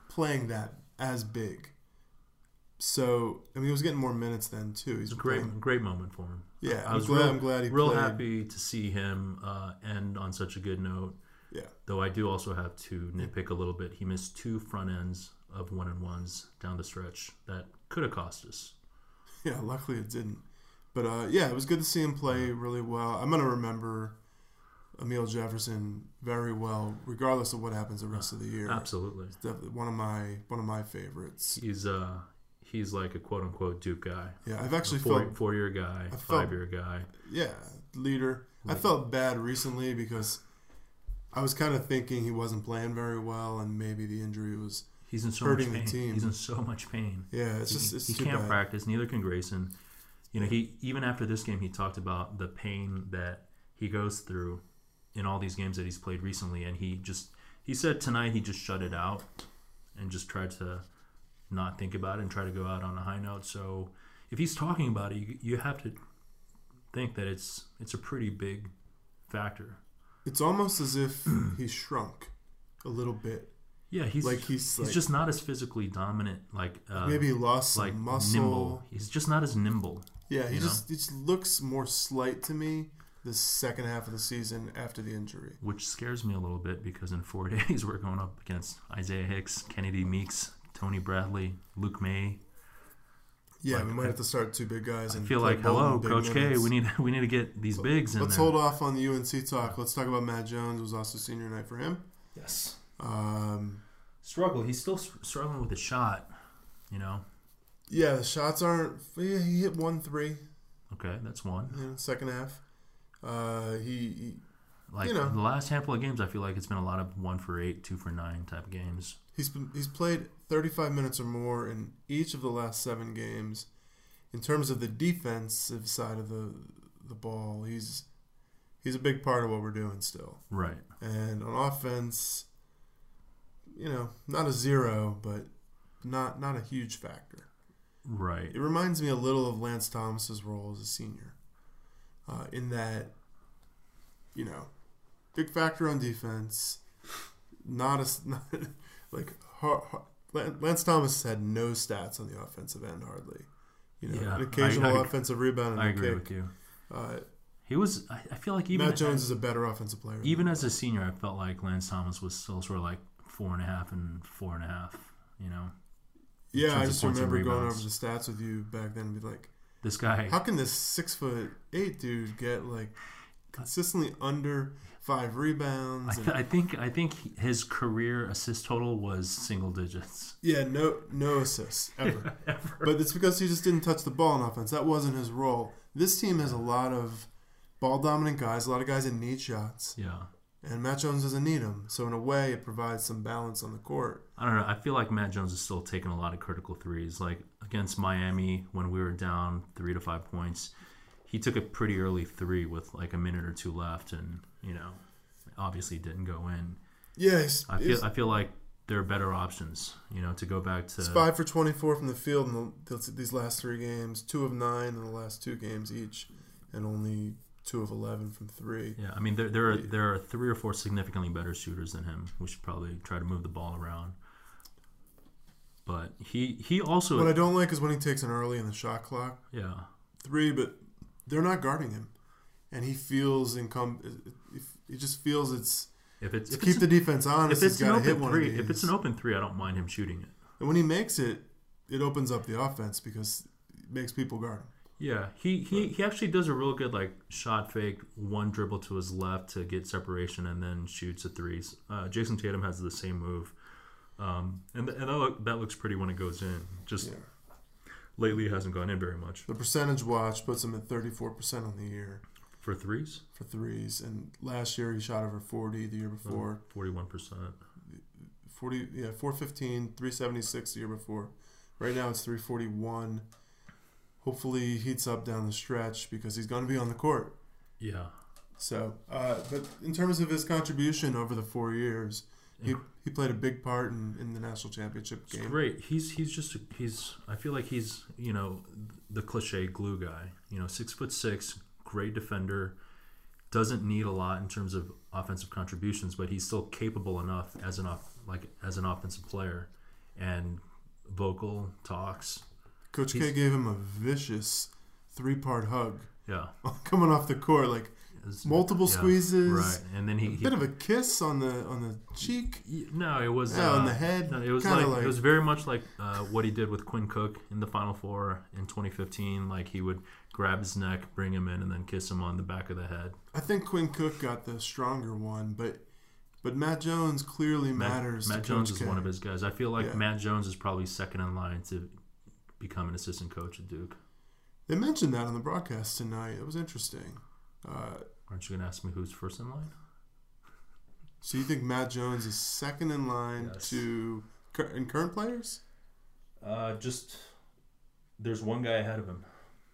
Speaker 1: playing that as big. So I mean, he was getting more minutes then too. He's
Speaker 2: It's a great,
Speaker 1: playing-
Speaker 2: great moment for him.
Speaker 1: Yeah,
Speaker 2: I
Speaker 1: I'm
Speaker 2: was
Speaker 1: glad.
Speaker 2: real-
Speaker 1: I'm glad he
Speaker 2: Real
Speaker 1: played.
Speaker 2: happy to see him uh, end on such a good note.
Speaker 1: Yeah,
Speaker 2: Though I do also have to nitpick a little bit. He missed two front ends of one and ones down the stretch that could have cost us.
Speaker 1: Yeah, luckily it didn't. But uh, yeah, it was good to see him play really well. I'm gonna remember Emil Jefferson very well, regardless of what happens the rest of the year.
Speaker 2: Absolutely.
Speaker 1: Definitely one of my one of my favorites.
Speaker 2: He's uh he's like a quote unquote Duke guy.
Speaker 1: Yeah, I've actually
Speaker 2: Four
Speaker 1: felt
Speaker 2: four year guy,
Speaker 1: felt-
Speaker 2: five year guy.
Speaker 1: yeah leader. I felt bad recently because I was kind of thinking he wasn't playing very well, and maybe the injury was.
Speaker 2: He's in so much
Speaker 1: Hurting the
Speaker 2: pain.
Speaker 1: team.
Speaker 2: He's in so much pain.
Speaker 1: Yeah, it's just
Speaker 2: he
Speaker 1: it's
Speaker 2: he
Speaker 1: too
Speaker 2: can't
Speaker 1: bad.
Speaker 2: practice. Neither can Grayson. You know, he even after this game, he talked about the pain that he goes through in all these games that he's played recently, and he just he said tonight he just shut it out and just tried to not think about it and try to go out on a high note. So if he's talking about it, you, you have to think that it's it's a pretty big factor.
Speaker 1: It's almost as if he shrunk a little bit.
Speaker 2: Yeah, he's
Speaker 1: Like
Speaker 2: he's,
Speaker 1: he's, like,
Speaker 2: just not as physically dominant, like uh,
Speaker 1: maybe he lost some
Speaker 2: like
Speaker 1: muscle.
Speaker 2: nimble. He's just not as nimble.
Speaker 1: Yeah, he
Speaker 2: you
Speaker 1: just he just looks more slight to me the second half of the season after the injury.
Speaker 2: which scares me a little bit because in four days we're going up against Isaiah Hicks, Kennedy Meeks, Tony Bradley, Luke May.
Speaker 1: Yeah,
Speaker 2: Like,
Speaker 1: we might have to start two big guys.
Speaker 2: I
Speaker 1: And
Speaker 2: feel
Speaker 1: play
Speaker 2: like,
Speaker 1: Bolton
Speaker 2: hello,
Speaker 1: big
Speaker 2: Coach K,
Speaker 1: minutes.
Speaker 2: we need we need to get these bigs in
Speaker 1: Let's
Speaker 2: there.
Speaker 1: hold off on the UNC talk. Let's talk about Matt Jones. It was also senior night for him.
Speaker 2: Yes,
Speaker 1: Um,
Speaker 2: struggle. He's still s- struggling with the shot. You know,
Speaker 1: yeah, the shots aren't. Yeah, he hit one three.
Speaker 2: Okay, that's one.
Speaker 1: you know, second half. Uh, he, he
Speaker 2: Like
Speaker 1: You know.
Speaker 2: the last handful of games, I feel like it's been a lot of one for eight, two for nine type games.
Speaker 1: he's been he's played 35 minutes or more in each of the last seven games. In terms of the defensive side of the the ball, he's he's a big part of what we're doing still.
Speaker 2: Right.
Speaker 1: And on offense, you know, not a zero, but not not a huge factor.
Speaker 2: Right.
Speaker 1: It reminds me a little of Lance Thomas's role as a senior, uh, in that, you know, big factor on defense, not as not, like har, har, Lan- Lance Thomas had no stats on the offensive end hardly, you know,
Speaker 2: Yeah,
Speaker 1: an occasional
Speaker 2: I- I-
Speaker 1: offensive rebound and
Speaker 2: I
Speaker 1: a
Speaker 2: agree
Speaker 1: kick.
Speaker 2: with you.
Speaker 1: Uh,
Speaker 2: He was. I, I feel like even
Speaker 1: Matt Jones is a better offensive player. than
Speaker 2: even
Speaker 1: him.
Speaker 2: as a senior, I felt like Lance Thomas was still sort of like four and a half and four and a half. You know, in
Speaker 1: yeah,
Speaker 2: terms
Speaker 1: I
Speaker 2: of
Speaker 1: just
Speaker 2: points and
Speaker 1: remember going over
Speaker 2: rebounds.
Speaker 1: the stats with you back then and be like,
Speaker 2: this guy.
Speaker 1: How can this six foot eight dude get
Speaker 2: Uh,
Speaker 1: like consistently under five
Speaker 2: I,
Speaker 1: rebounds?
Speaker 2: th-
Speaker 1: And,
Speaker 2: I think I think his career assist total was single digits.
Speaker 1: yeah, no, no assists ever.
Speaker 2: Ever.
Speaker 1: But it's because he just didn't touch the ball in offense. That wasn't his role. This team has a lot of ball dominant guys, a lot of guys that need shots,
Speaker 2: Yeah.
Speaker 1: and Matt Jones doesn't need them. So in a way, it provides some balance on the court.
Speaker 2: I don't know. I feel like Matt Jones is still taking a lot of critical threes. Like against Miami, when we were down three to five points, he took a pretty early three with like a minute or two left, and you know, obviously didn't go in.
Speaker 1: Yeah, he's,
Speaker 2: I
Speaker 1: he's-
Speaker 2: feel I feel like there are better options. You know, to go back to
Speaker 1: he's five for twenty four from the field in the, these last three games. Two of nine in the last two games each, and only two of eleven from three.
Speaker 2: Yeah, I mean there there are there are three or four significantly better shooters than him. We should probably try to move the ball around. But he he also
Speaker 1: What I don't like is when he takes an early in the shot clock
Speaker 2: yeah
Speaker 1: three, but they're not guarding him, and he feels income. He just feels it's
Speaker 2: if it's
Speaker 1: to
Speaker 2: if
Speaker 1: keep
Speaker 2: it's,
Speaker 1: the defense honest.
Speaker 2: if
Speaker 1: He's
Speaker 2: it's an
Speaker 1: got to hit
Speaker 2: open
Speaker 1: one
Speaker 2: three
Speaker 1: of these.
Speaker 2: if it's an open three I don't mind him shooting it.
Speaker 1: and when he makes it, it opens up the offense because it makes people guard him.
Speaker 2: Yeah, he, he, he actually does a real good like shot fake, one dribble to his left to get separation, and then shoots a threes. Uh, Jason Tatum has the same move, um, and th- and that, look, that looks pretty when it goes in. Just
Speaker 1: Yeah.
Speaker 2: lately, it hasn't gone in very much
Speaker 1: The percentage watch puts him at thirty four percent on the year
Speaker 2: for threes.
Speaker 1: for threes, and last year he shot over forty. The year before,
Speaker 2: Forty one percent. Mm-hmm.
Speaker 1: forty yeah, four fifteen, three seventy six. The year before, right now it's three forty one. Hopefully, he heats up down the stretch because he's going to be on the court.
Speaker 2: Yeah,
Speaker 1: So, uh, but in terms of his contribution over the four years, he,
Speaker 2: Inc-
Speaker 1: he played a big part in, in the national championship
Speaker 2: it's
Speaker 1: game.
Speaker 2: great. He's he's just he's. I feel like he's you know the cliche glue guy. You know, six foot six, great defender. Doesn't need a lot in terms of offensive contributions, but he's still capable enough as an off like as an offensive player, and vocal talks.
Speaker 1: Coach K
Speaker 2: He's-
Speaker 1: gave him a vicious three part hug
Speaker 2: Yeah,
Speaker 1: coming off the court, like
Speaker 2: It's-
Speaker 1: multiple
Speaker 2: yeah,
Speaker 1: squeezes,
Speaker 2: Right, and then
Speaker 1: a
Speaker 2: he, he
Speaker 1: bit of a kiss on the on the cheek,
Speaker 2: Y- No, it was
Speaker 1: Yeah,
Speaker 2: uh,
Speaker 1: on the head,
Speaker 2: No, it was
Speaker 1: kinda
Speaker 2: like,
Speaker 1: like-
Speaker 2: it was very much like uh, what he did with Quinn Cook in the Final Four in 2015. Like he would grab his neck, bring him in, and then kiss him on the back of the head.
Speaker 1: I think Quinn Cook got the stronger one, but but Matt Jones clearly
Speaker 2: Matt,
Speaker 1: matters.
Speaker 2: Matt
Speaker 1: to
Speaker 2: Jones
Speaker 1: Coach
Speaker 2: is
Speaker 1: K.
Speaker 2: one of his guys. I feel like
Speaker 1: Yeah.
Speaker 2: Matt Jones is probably second in line to become an assistant coach at Duke.
Speaker 1: They mentioned that on the broadcast tonight. It was interesting. Uh,
Speaker 2: Aren't you gonna ask me who's first in line?
Speaker 1: so you think Matt Jones is second in line
Speaker 2: Yes.
Speaker 1: to cur- in current players?
Speaker 2: Uh, just there's one guy ahead of him.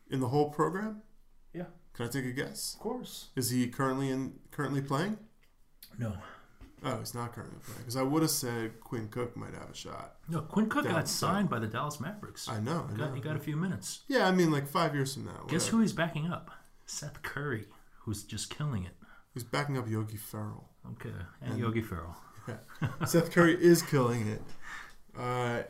Speaker 1: In the whole program?
Speaker 2: Yeah.
Speaker 1: Can I take a guess?
Speaker 2: course.
Speaker 1: Is he currently in currently playing?
Speaker 2: No,
Speaker 1: Oh, he's not currently playing. Because I would have said Quinn Cook might have a shot.
Speaker 2: no. Quinn Cook
Speaker 1: Yeah,
Speaker 2: got
Speaker 1: so-
Speaker 2: signed by the Dallas Mavericks.
Speaker 1: I know. I
Speaker 2: He got,
Speaker 1: know.
Speaker 2: he got a few minutes.
Speaker 1: yeah, I mean, like five years from now.
Speaker 2: Guess
Speaker 1: whatever.
Speaker 2: who he's backing up? Seth Curry, who's just killing it.
Speaker 1: He's backing up Yogi Ferrell.
Speaker 2: Okay, and
Speaker 1: And-
Speaker 2: Yogi Ferrell.
Speaker 1: Seth Curry is killing it. Uh, I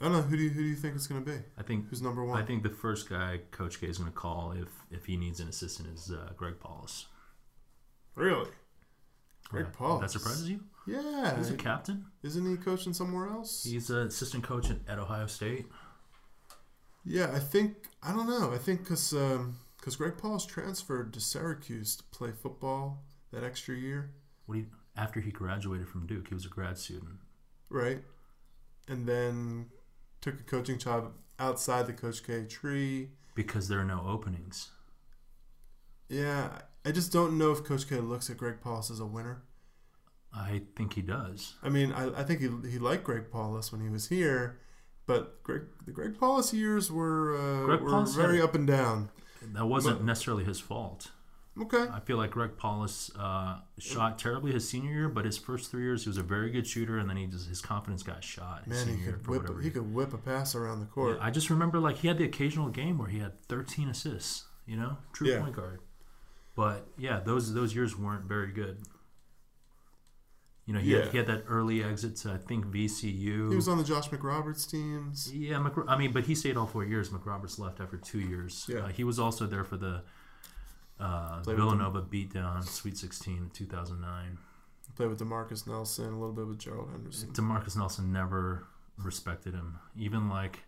Speaker 1: don't know. Who do you, who do you think it's going to be?
Speaker 2: I think
Speaker 1: Who's number
Speaker 2: I
Speaker 1: one?
Speaker 2: think the first guy Coach K is going to call if if he needs an assistant is uh, Greg Paulus.
Speaker 1: Really? Greg
Speaker 2: Yeah,
Speaker 1: Paulus.
Speaker 2: That surprises you?
Speaker 1: Yeah.
Speaker 2: He's a captain.
Speaker 1: Isn't he coaching somewhere else?
Speaker 2: He's an assistant coach at, at Ohio State.
Speaker 1: Yeah, I think I don't know. I think because because Greg Paul's transferred to Syracuse to play football that extra year,
Speaker 2: What do you, after he graduated from Duke, he was a grad student.
Speaker 1: right? And then took a coaching job outside the Coach K tree.
Speaker 2: because there are no openings.
Speaker 1: Yeah, I just don't know if Coach K looks at Greg Paulus as a winner.
Speaker 2: I think he does.
Speaker 1: I mean, I, I think he, he liked Greg Paulus when he was here, but Greg the Greg Paulus years were uh,
Speaker 2: Greg
Speaker 1: were
Speaker 2: Paulus had
Speaker 1: very
Speaker 2: a-
Speaker 1: up and down.
Speaker 2: That wasn't
Speaker 1: But-
Speaker 2: necessarily his fault.
Speaker 1: Okay,
Speaker 2: I feel like Greg Paulus uh, shot terribly his senior year, but his first three years he was a very good shooter, and then he just his confidence got shot his
Speaker 1: man,
Speaker 2: senior
Speaker 1: he
Speaker 2: year
Speaker 1: could
Speaker 2: for
Speaker 1: whip
Speaker 2: whatever.
Speaker 1: he could whip a pass around the
Speaker 2: Yeah,
Speaker 1: court.
Speaker 2: I just remember like he had the occasional game where he had 13 assists. You know, true
Speaker 1: Yeah.
Speaker 2: point guard. But yeah, those those years weren't very good. You know, he,
Speaker 1: Yeah.
Speaker 2: had, he had that early exit to I think VCU.
Speaker 1: He was on the Josh McRoberts teams.
Speaker 2: yeah, McR- I mean, but he stayed all four years. McRoberts left after two years.
Speaker 1: Yeah.
Speaker 2: Uh, he was also there for the uh,
Speaker 1: Played with them.
Speaker 2: Villanova beatdown, Sweet 16 in 2009.
Speaker 1: Played with Demarcus Nelson, a little bit with Gerald Henderson.
Speaker 2: Demarcus Nelson never respected him. Even like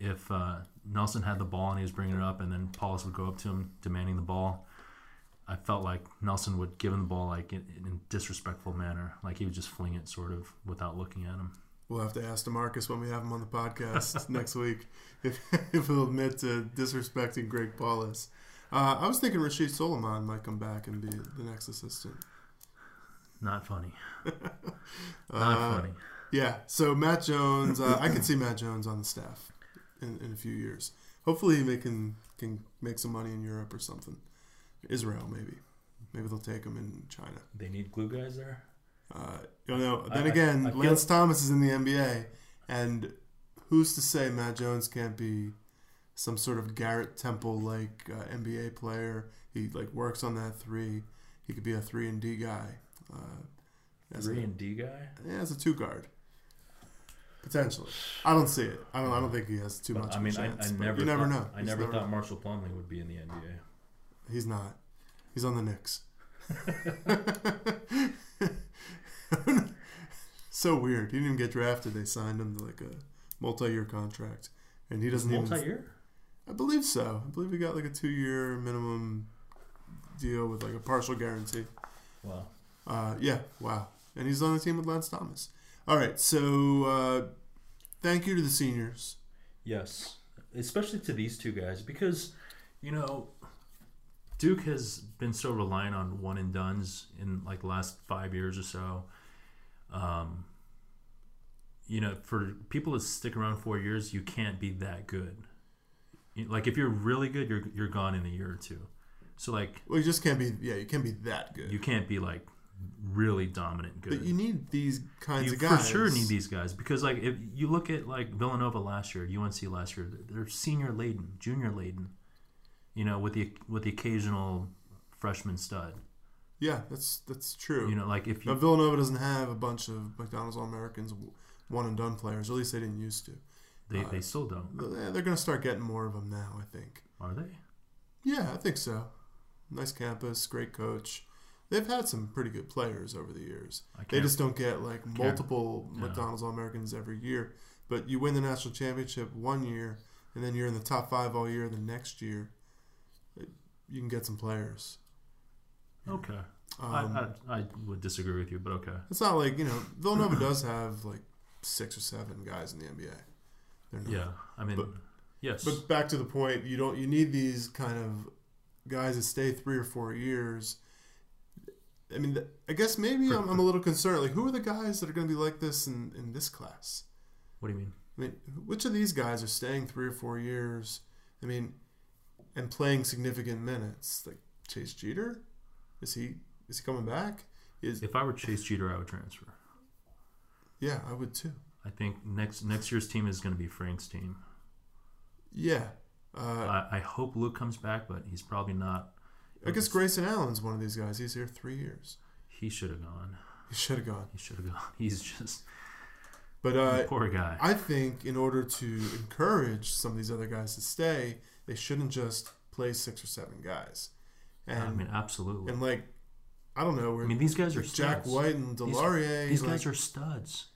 Speaker 2: if uh, Nelson had the ball and he was bringing it up, and then Paulus would go up to him demanding the ball. I felt like Nelson would give him the ball like in, in a disrespectful manner, like he would just fling it sort of without looking at him.
Speaker 1: We'll have to ask Demarcus when we have him on the podcast next week if, if he'll admit to disrespecting Greg Paulus. Uh, I was thinking Rashid Solomon might come back and be the next assistant.
Speaker 2: Not funny. Not
Speaker 1: Uh,
Speaker 2: funny.
Speaker 1: Yeah. So Matt Jones, uh, I could see Matt Jones on the staff in, in a few years. Hopefully, they can can make some money in Europe or something. Israel, maybe. Maybe they'll take him in China.
Speaker 2: They need glue guys there.
Speaker 1: Uh, you know. Then
Speaker 2: I- I-
Speaker 1: again,
Speaker 2: I feel-
Speaker 1: Lance Thomas is in the NBA, and who's to say Matt Jones can't be some sort of Garrett Temple like uh, NBA player? He like works on that three. He could be a three and D guy. Uh, as a-
Speaker 2: Three and D guy.
Speaker 1: yeah, as a two guard. Potentially, I don't see it. I don't. I don't think he has too
Speaker 2: But,
Speaker 1: much.
Speaker 2: I
Speaker 1: of
Speaker 2: mean,
Speaker 1: a
Speaker 2: I,
Speaker 1: chance,
Speaker 2: I
Speaker 1: but
Speaker 2: never.
Speaker 1: You never
Speaker 2: thought,
Speaker 1: know.
Speaker 2: I
Speaker 1: He's
Speaker 2: never thought Marshall Plumley would be in the NBA.
Speaker 1: he's not. He's on the Knicks. so weird. He didn't even get drafted. They signed him to like a multi-year contract, and he doesn't even.
Speaker 2: Multi-year.
Speaker 1: I believe so. I believe he got like a two-year minimum deal with like a partial guarantee.
Speaker 2: Wow.
Speaker 1: Uh, yeah, wow. And he's on the team with Lance Thomas. All right, so uh, thank you to the seniors.
Speaker 2: Yes, especially to these two guys because, you know, Duke has been so reliant on one and duns in like the last five years or so. Um, you know, for people to stick around four years, you can't be that good. You- Like if you're really good, you're you're gone in a year or two. So like
Speaker 1: Well, you just can't be, yeah, you can't be that good.
Speaker 2: you can't be like really dominant good.
Speaker 1: but you need these kinds
Speaker 2: You
Speaker 1: of guys.
Speaker 2: for sure need these guys because, like, if you look at like Villanova last year, UNC last year, they're senior laden, junior laden, you know, with the with the occasional freshman stud.
Speaker 1: Yeah, that's that's true.
Speaker 2: You know, like if
Speaker 1: now,
Speaker 2: you
Speaker 1: Villanova doesn't have a bunch of McDonald's All Americans, one and done players. At least they didn't used to.
Speaker 2: they, they still don't,
Speaker 1: But, eh, They're going to start getting more of them now, I think.
Speaker 2: are they?
Speaker 1: Yeah, I think so. Nice campus, great coach. They've had some pretty good players over the years.
Speaker 2: I can't.
Speaker 1: They just don't get like multiple
Speaker 2: yeah.
Speaker 1: McDonald's All Americans every year. But you win the national championship one year, and then you're in the top five all year. The next year, it, you can get some players.
Speaker 2: okay,
Speaker 1: Um,
Speaker 2: I, I I would disagree with you, but okay.
Speaker 1: it's not like you know Villanova does have like six or seven guys in the NBA. They're not.
Speaker 2: Yeah, I mean,
Speaker 1: But-
Speaker 2: yes,
Speaker 1: But back to the point, you don't you need these kind of guys that stay three or four years. I mean, th- I guess maybe I'm, I'm a little concerned. Like, who are the guys that are going to be like this in, in this class?
Speaker 2: what do you mean?
Speaker 1: I mean, which of these guys are staying three or four years? I mean, and playing significant minutes. Like Chase Jeter, is he is he coming back? Is
Speaker 2: If I were Chase Jeter, I would transfer.
Speaker 1: yeah, I would too.
Speaker 2: I think next next year's team is going to be Frank's team.
Speaker 1: Yeah, uh,
Speaker 2: I, I hope Luke comes back, but he's probably not.
Speaker 1: I guess Grayson Allen's one of these guys. He's here three years.
Speaker 2: He should have gone.
Speaker 1: He should have gone.
Speaker 2: He should have gone. He's just
Speaker 1: But uh,
Speaker 2: poor guy.
Speaker 1: I think in order to encourage some of these other guys to stay, they shouldn't just play six or seven guys. And
Speaker 2: I mean, absolutely.
Speaker 1: and like I don't know,
Speaker 2: I
Speaker 1: where
Speaker 2: mean, these guys are
Speaker 1: Jack
Speaker 2: studs.
Speaker 1: White and
Speaker 2: These-
Speaker 1: Delarier.
Speaker 2: These
Speaker 1: like,
Speaker 2: guys are studs.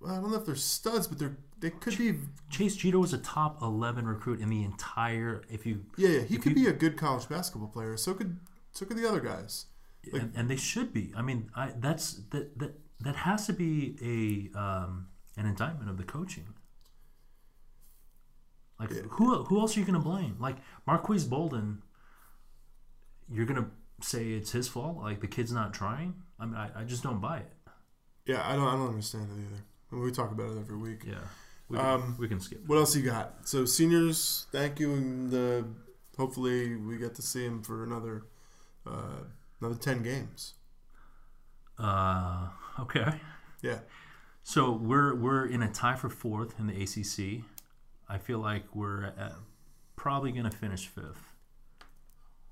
Speaker 1: well, I don't know if they're studs, but they're they could be.
Speaker 2: Chase Jeter was a top eleven recruit in the entire. If you
Speaker 1: Yeah, yeah he
Speaker 2: if
Speaker 1: could
Speaker 2: you-
Speaker 1: be a good college basketball player. So could so could the other guys. Like-
Speaker 2: and, and they should be. I mean, I that's that that that has to be a um, an indictment of the coaching. Like who who else are you going to blame? Like Marquise Bolden, you're going to say it's his fault. Like the kid's not trying. I mean, I, I just don't buy it.
Speaker 1: Yeah, I don't. I don't understand it either. I mean, we talk about it every week.
Speaker 2: Yeah, we can,
Speaker 1: Um,
Speaker 2: we can skip.
Speaker 1: What else you got? So seniors, thank you, and uh, hopefully we get to see him for another uh, another ten games.
Speaker 2: Uh, okay.
Speaker 1: Yeah,
Speaker 2: So we're we're in a tie for fourth in the ACC. I feel like we're at, probably going to finish fifth.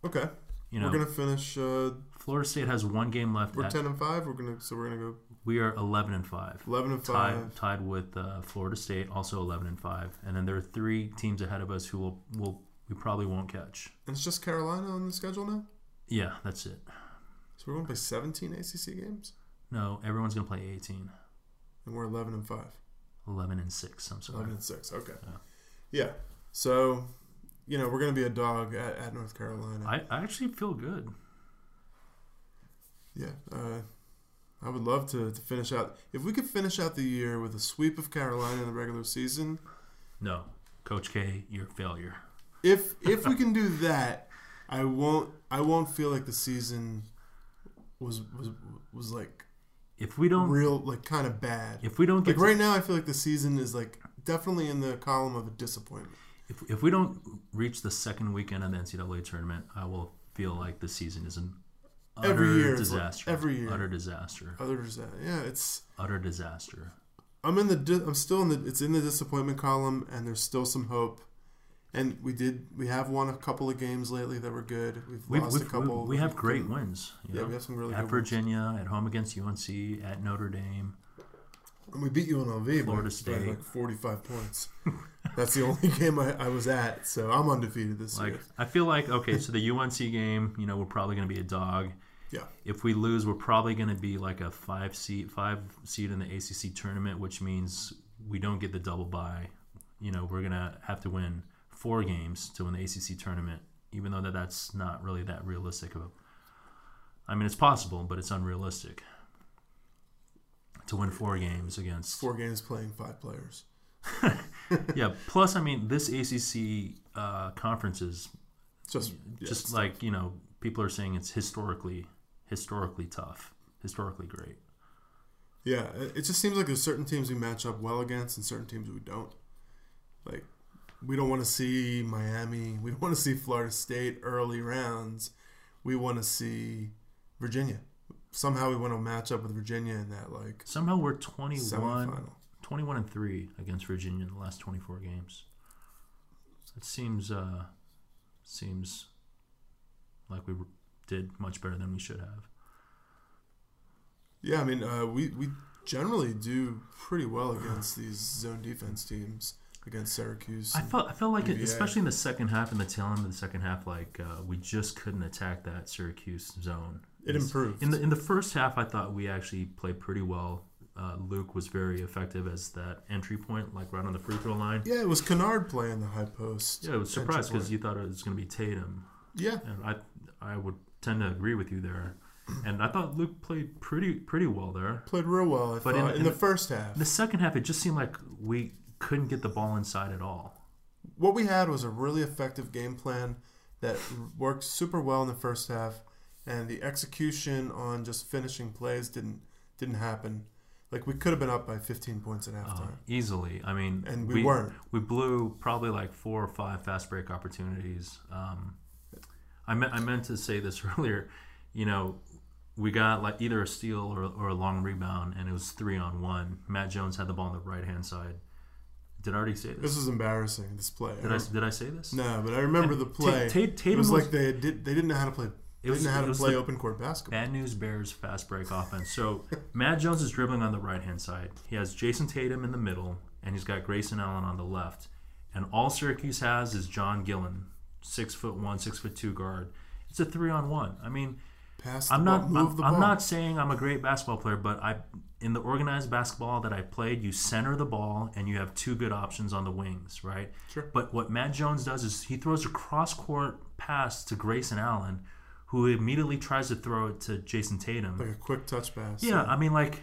Speaker 1: okay.
Speaker 2: You know,
Speaker 1: we're gonna finish. Uh,
Speaker 2: Florida State has one game left.
Speaker 1: we're
Speaker 2: at-
Speaker 1: ten and five. We're gonna so we're gonna go
Speaker 2: we are eleven and five.
Speaker 1: eleven and five.
Speaker 2: Tied, tied with uh, Florida State, also eleven and five, and then there are three teams ahead of us who will will we probably won't catch.
Speaker 1: And it's just Carolina on the schedule now.
Speaker 2: Yeah, that's it.
Speaker 1: So we're gonna play seventeen ACC games,
Speaker 2: No, everyone's gonna play 18,
Speaker 1: and we're eleven and five.
Speaker 2: 11 and six. I'm sorry.
Speaker 1: Eleven and six. Okay. Yeah. So, you know, we're gonna be a dog at, at North Carolina.
Speaker 2: I, I actually feel good.
Speaker 1: Yeah, uh, I would love to, to finish out. If we could finish out the year with a sweep of Carolina in the regular season,
Speaker 2: No, Coach K, you're a failure.
Speaker 1: if if we can do that, I won't I won't feel like the season was was was like
Speaker 2: If we don't,
Speaker 1: real like kind of bad.
Speaker 2: if we don't
Speaker 1: Like
Speaker 2: get,
Speaker 1: right now, I feel like the season is like definitely in the column of a disappointment.
Speaker 2: if, if we don't reach the second weekend of the NCAA tournament, I will feel like the season is an utter
Speaker 1: Every year it's like-
Speaker 2: disaster.
Speaker 1: every year.
Speaker 2: utter disaster,
Speaker 1: Others, uh, yeah, it's
Speaker 2: utter disaster.
Speaker 1: I'm in the di- I'm still in the it's in the disappointment column, and there's still some hope. And we did we have won a couple of games lately that were good. We've,
Speaker 2: We've,
Speaker 1: lost
Speaker 2: we've,
Speaker 1: a couple.
Speaker 2: we we have
Speaker 1: that
Speaker 2: great
Speaker 1: couldn't-
Speaker 2: wins. you
Speaker 1: Yeah,
Speaker 2: know?
Speaker 1: we have some really
Speaker 2: at
Speaker 1: good ones.
Speaker 2: Virginia, at home against UNC, at Notre Dame.
Speaker 1: And we beat UNLV by,
Speaker 2: Florida
Speaker 1: by
Speaker 2: State.
Speaker 1: like 45 points. That's the only game I, I was at, so I'm undefeated this
Speaker 2: Like
Speaker 1: year.
Speaker 2: I feel like okay, so the UNC game, you know, we're probably going to be a dog.
Speaker 1: Yeah.
Speaker 2: If we lose, we're probably going to be like a five seed, five seed in the ACC tournament, which means we don't get the double bye. You know, we're going to have to win four games to win the ACC tournament, even though that that's not really that realistic of a. I mean, it's possible, but it's unrealistic to win four games against
Speaker 1: Four games playing five players.
Speaker 2: yeah. Plus, I mean, this ACC uh, conference is
Speaker 1: Just, yeah,
Speaker 2: just like you know, people are saying it's historically, historically tough, historically great.
Speaker 1: yeah, it it just seems like there's certain teams we match up well against and certain teams we don't. Like, we don't want to see Miami. We don't want to see Florida State early rounds. We want to see Virginia. Somehow we want to match up with Virginia in that, like,
Speaker 2: Somehow we're 21,
Speaker 1: semifinal.
Speaker 2: 21 and three against Virginia in the last twenty four games. It seems uh, seems like we did much better than we should have.
Speaker 1: Yeah, I mean, uh, we we generally do pretty well against these zone defense teams against Syracuse.
Speaker 2: I felt I felt like it,
Speaker 1: NBA.
Speaker 2: especially in the second half and the tail end of the second half, like uh, we just couldn't attack that Syracuse zone.
Speaker 1: It improved.
Speaker 2: in the in the first half. I thought we actually played pretty well. Uh, Luke was very effective as that entry point, like right on the free throw line.
Speaker 1: yeah, it was Kennard playing the high post.
Speaker 2: Yeah, I was
Speaker 1: Entry
Speaker 2: surprised
Speaker 1: point.
Speaker 2: because you thought it was going to be Tatum,
Speaker 1: yeah,
Speaker 2: and I I would tend to agree with you there. And I thought Luke played pretty pretty well there.
Speaker 1: played real well. I
Speaker 2: But in-
Speaker 1: thought in,
Speaker 2: in
Speaker 1: the,
Speaker 2: the-
Speaker 1: first half,
Speaker 2: The second half, it just seemed like we couldn't get the ball inside at all.
Speaker 1: what we had was a really effective game plan that worked super well in the first half, and the execution on just finishing plays didn't didn't happen. Like we could have been up by 15 points at
Speaker 2: Uh,
Speaker 1: halftime,
Speaker 2: easily. I mean,
Speaker 1: and we, weren't.
Speaker 2: We blew probably like four or five fast break opportunities. Um, I meant I meant to say this earlier. You know, we got like either a steal or, or a long rebound, and it was three on one. Matt Jones had the ball on the right hand side. Did I already say this?
Speaker 1: This was embarrassing. This play.
Speaker 2: Did I did I say this?
Speaker 1: No, but I remember the play.
Speaker 2: Ta- Ta- Tatum
Speaker 1: it was,
Speaker 2: was-
Speaker 1: like they did. They didn't know how to play. They
Speaker 2: was-
Speaker 1: didn't know how
Speaker 2: it
Speaker 1: to
Speaker 2: was
Speaker 1: play
Speaker 2: the-
Speaker 1: open court basketball.
Speaker 2: Bad news bears fast break offense. So Matt Jones is dribbling on the right hand side. He has Jason Tatum in the middle, and he's got Grayson Allen on the left. And all Syracuse has is John Gillen, six foot one, six foot two guard. It's a three on one. I mean,
Speaker 1: Pass. The
Speaker 2: I'm
Speaker 1: ball,
Speaker 2: not
Speaker 1: Move
Speaker 2: I'm,
Speaker 1: the
Speaker 2: I'm
Speaker 1: ball.
Speaker 2: not saying I'm a great basketball player, but I in the organized basketball that I played, you center the ball and you have two good options on the wings, right?
Speaker 1: Sure.
Speaker 2: But what Matt Jones does is he throws a cross court pass to Grayson Allen, who immediately tries to throw it to Jason Tatum.
Speaker 1: like a quick touch pass.
Speaker 2: yeah, I mean like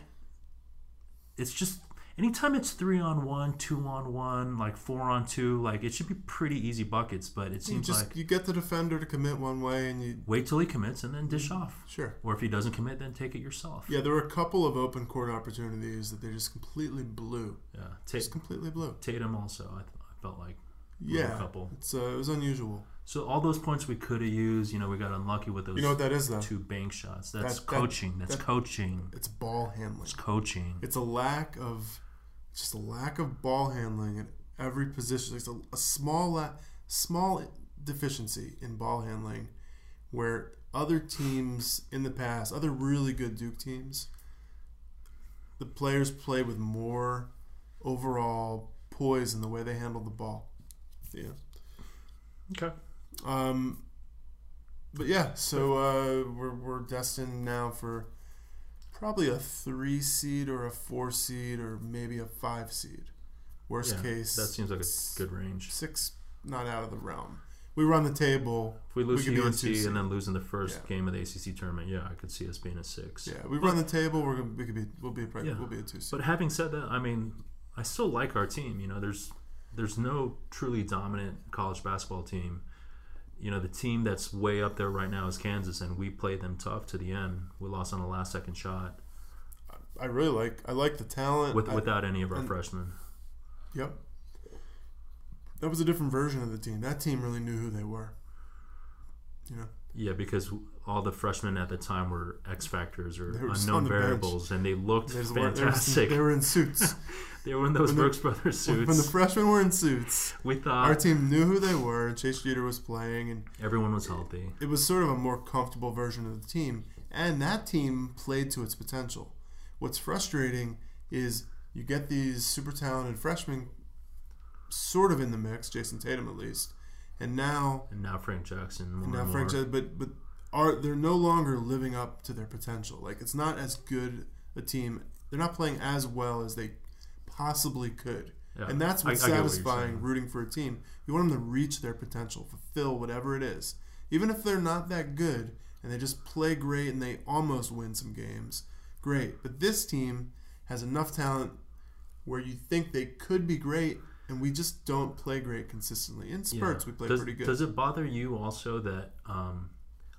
Speaker 2: it's just anytime it's three on one, two on one, like four on two, like it should be pretty easy buckets. But it
Speaker 1: You
Speaker 2: seems
Speaker 1: just
Speaker 2: like
Speaker 1: you get the defender to commit one way, and you
Speaker 2: wait till he commits and then dish off,
Speaker 1: sure.
Speaker 2: or if he doesn't commit, then take it yourself.
Speaker 1: Yeah, there were a couple of open court opportunities that they just completely blew.
Speaker 2: yeah. Ta-
Speaker 1: Just completely blew.
Speaker 2: Tatum also, I, th- I felt like blew a
Speaker 1: Yeah,
Speaker 2: couple.
Speaker 1: it's uh, it was unusual.
Speaker 2: So all those points we could have used. You know, we got unlucky with those
Speaker 1: You know what that is though?
Speaker 2: two bank shots. That's
Speaker 1: That- that-
Speaker 2: coaching. That's
Speaker 1: that-
Speaker 2: coaching.
Speaker 1: It's ball handling.
Speaker 2: That's coaching.
Speaker 1: It's a lack of, just a lack of ball handling at every position. It's a, a small, la- small deficiency in ball handling, where other teams in the past, other really good Duke teams, the players play with more overall poise in the way they handle the ball. Yeah.
Speaker 2: Okay.
Speaker 1: Um, but yeah, so uh, we're, we're destined now for probably a three seed or a four seed or maybe a five seed. Worst
Speaker 2: Yeah,
Speaker 1: case,
Speaker 2: That seems like
Speaker 1: s-
Speaker 2: a good range.
Speaker 1: six, not out of the realm. We run the table.
Speaker 2: If we lose
Speaker 1: could be
Speaker 2: to
Speaker 1: a
Speaker 2: UNC
Speaker 1: two seed.
Speaker 2: and then losing the first
Speaker 1: Yeah.
Speaker 2: game of the ACC tournament, yeah, I could see us being a six.
Speaker 1: Yeah, we run the table. We're gonna, we could be we'll be a pre-
Speaker 2: Yeah.
Speaker 1: we'll be a two seed.
Speaker 2: But having said that, I mean, I still like our team. You know, there's there's no truly dominant college basketball team. You know, the team that's way up there right now is Kansas, and we played them tough to the end. We lost on the last second shot
Speaker 1: I really like I like the talent.
Speaker 2: with,
Speaker 1: I-
Speaker 2: without any of our
Speaker 1: and-
Speaker 2: freshmen.
Speaker 1: yep. That was a different version of the team. That team really knew who they were. You know.
Speaker 2: Yeah, because all the freshmen at the time were X factors or
Speaker 1: They were just on
Speaker 2: unknown
Speaker 1: the bench.
Speaker 2: variables, and they looked
Speaker 1: They just weren't- they were just-
Speaker 2: fantastic.
Speaker 1: they were in suits.
Speaker 2: They were in those
Speaker 1: when the-
Speaker 2: Brooks Brothers suits. Uh,
Speaker 1: When the freshmen were in suits,
Speaker 2: we
Speaker 1: our
Speaker 2: thought
Speaker 1: team knew who they were, and Chase Jeter was playing, and
Speaker 2: everyone was healthy.
Speaker 1: it was sort of a more comfortable version of the team. And that team played to its potential. What's frustrating is you get these super talented freshmen sort of in the mix, Jason Tatum at least, and now
Speaker 2: And now Frank Jackson. More
Speaker 1: and now
Speaker 2: and
Speaker 1: Frank
Speaker 2: more.
Speaker 1: said, but but are they're no longer living up to their potential? Like it's not as good a team. They're not playing as well as they possibly could,
Speaker 2: Yeah,
Speaker 1: and that's what's
Speaker 2: I- I get what you're
Speaker 1: satisfying.
Speaker 2: saying.
Speaker 1: rooting for a team, you want them to reach their potential, fulfill whatever it is, even if they're not that good and they just play great and they almost win some games. Great, but this team has enough talent where you think they could be great, and we just don't play great consistently. In
Speaker 2: Yeah.
Speaker 1: spurts, we play
Speaker 2: does,
Speaker 1: pretty good.
Speaker 2: Does it bother you also that um,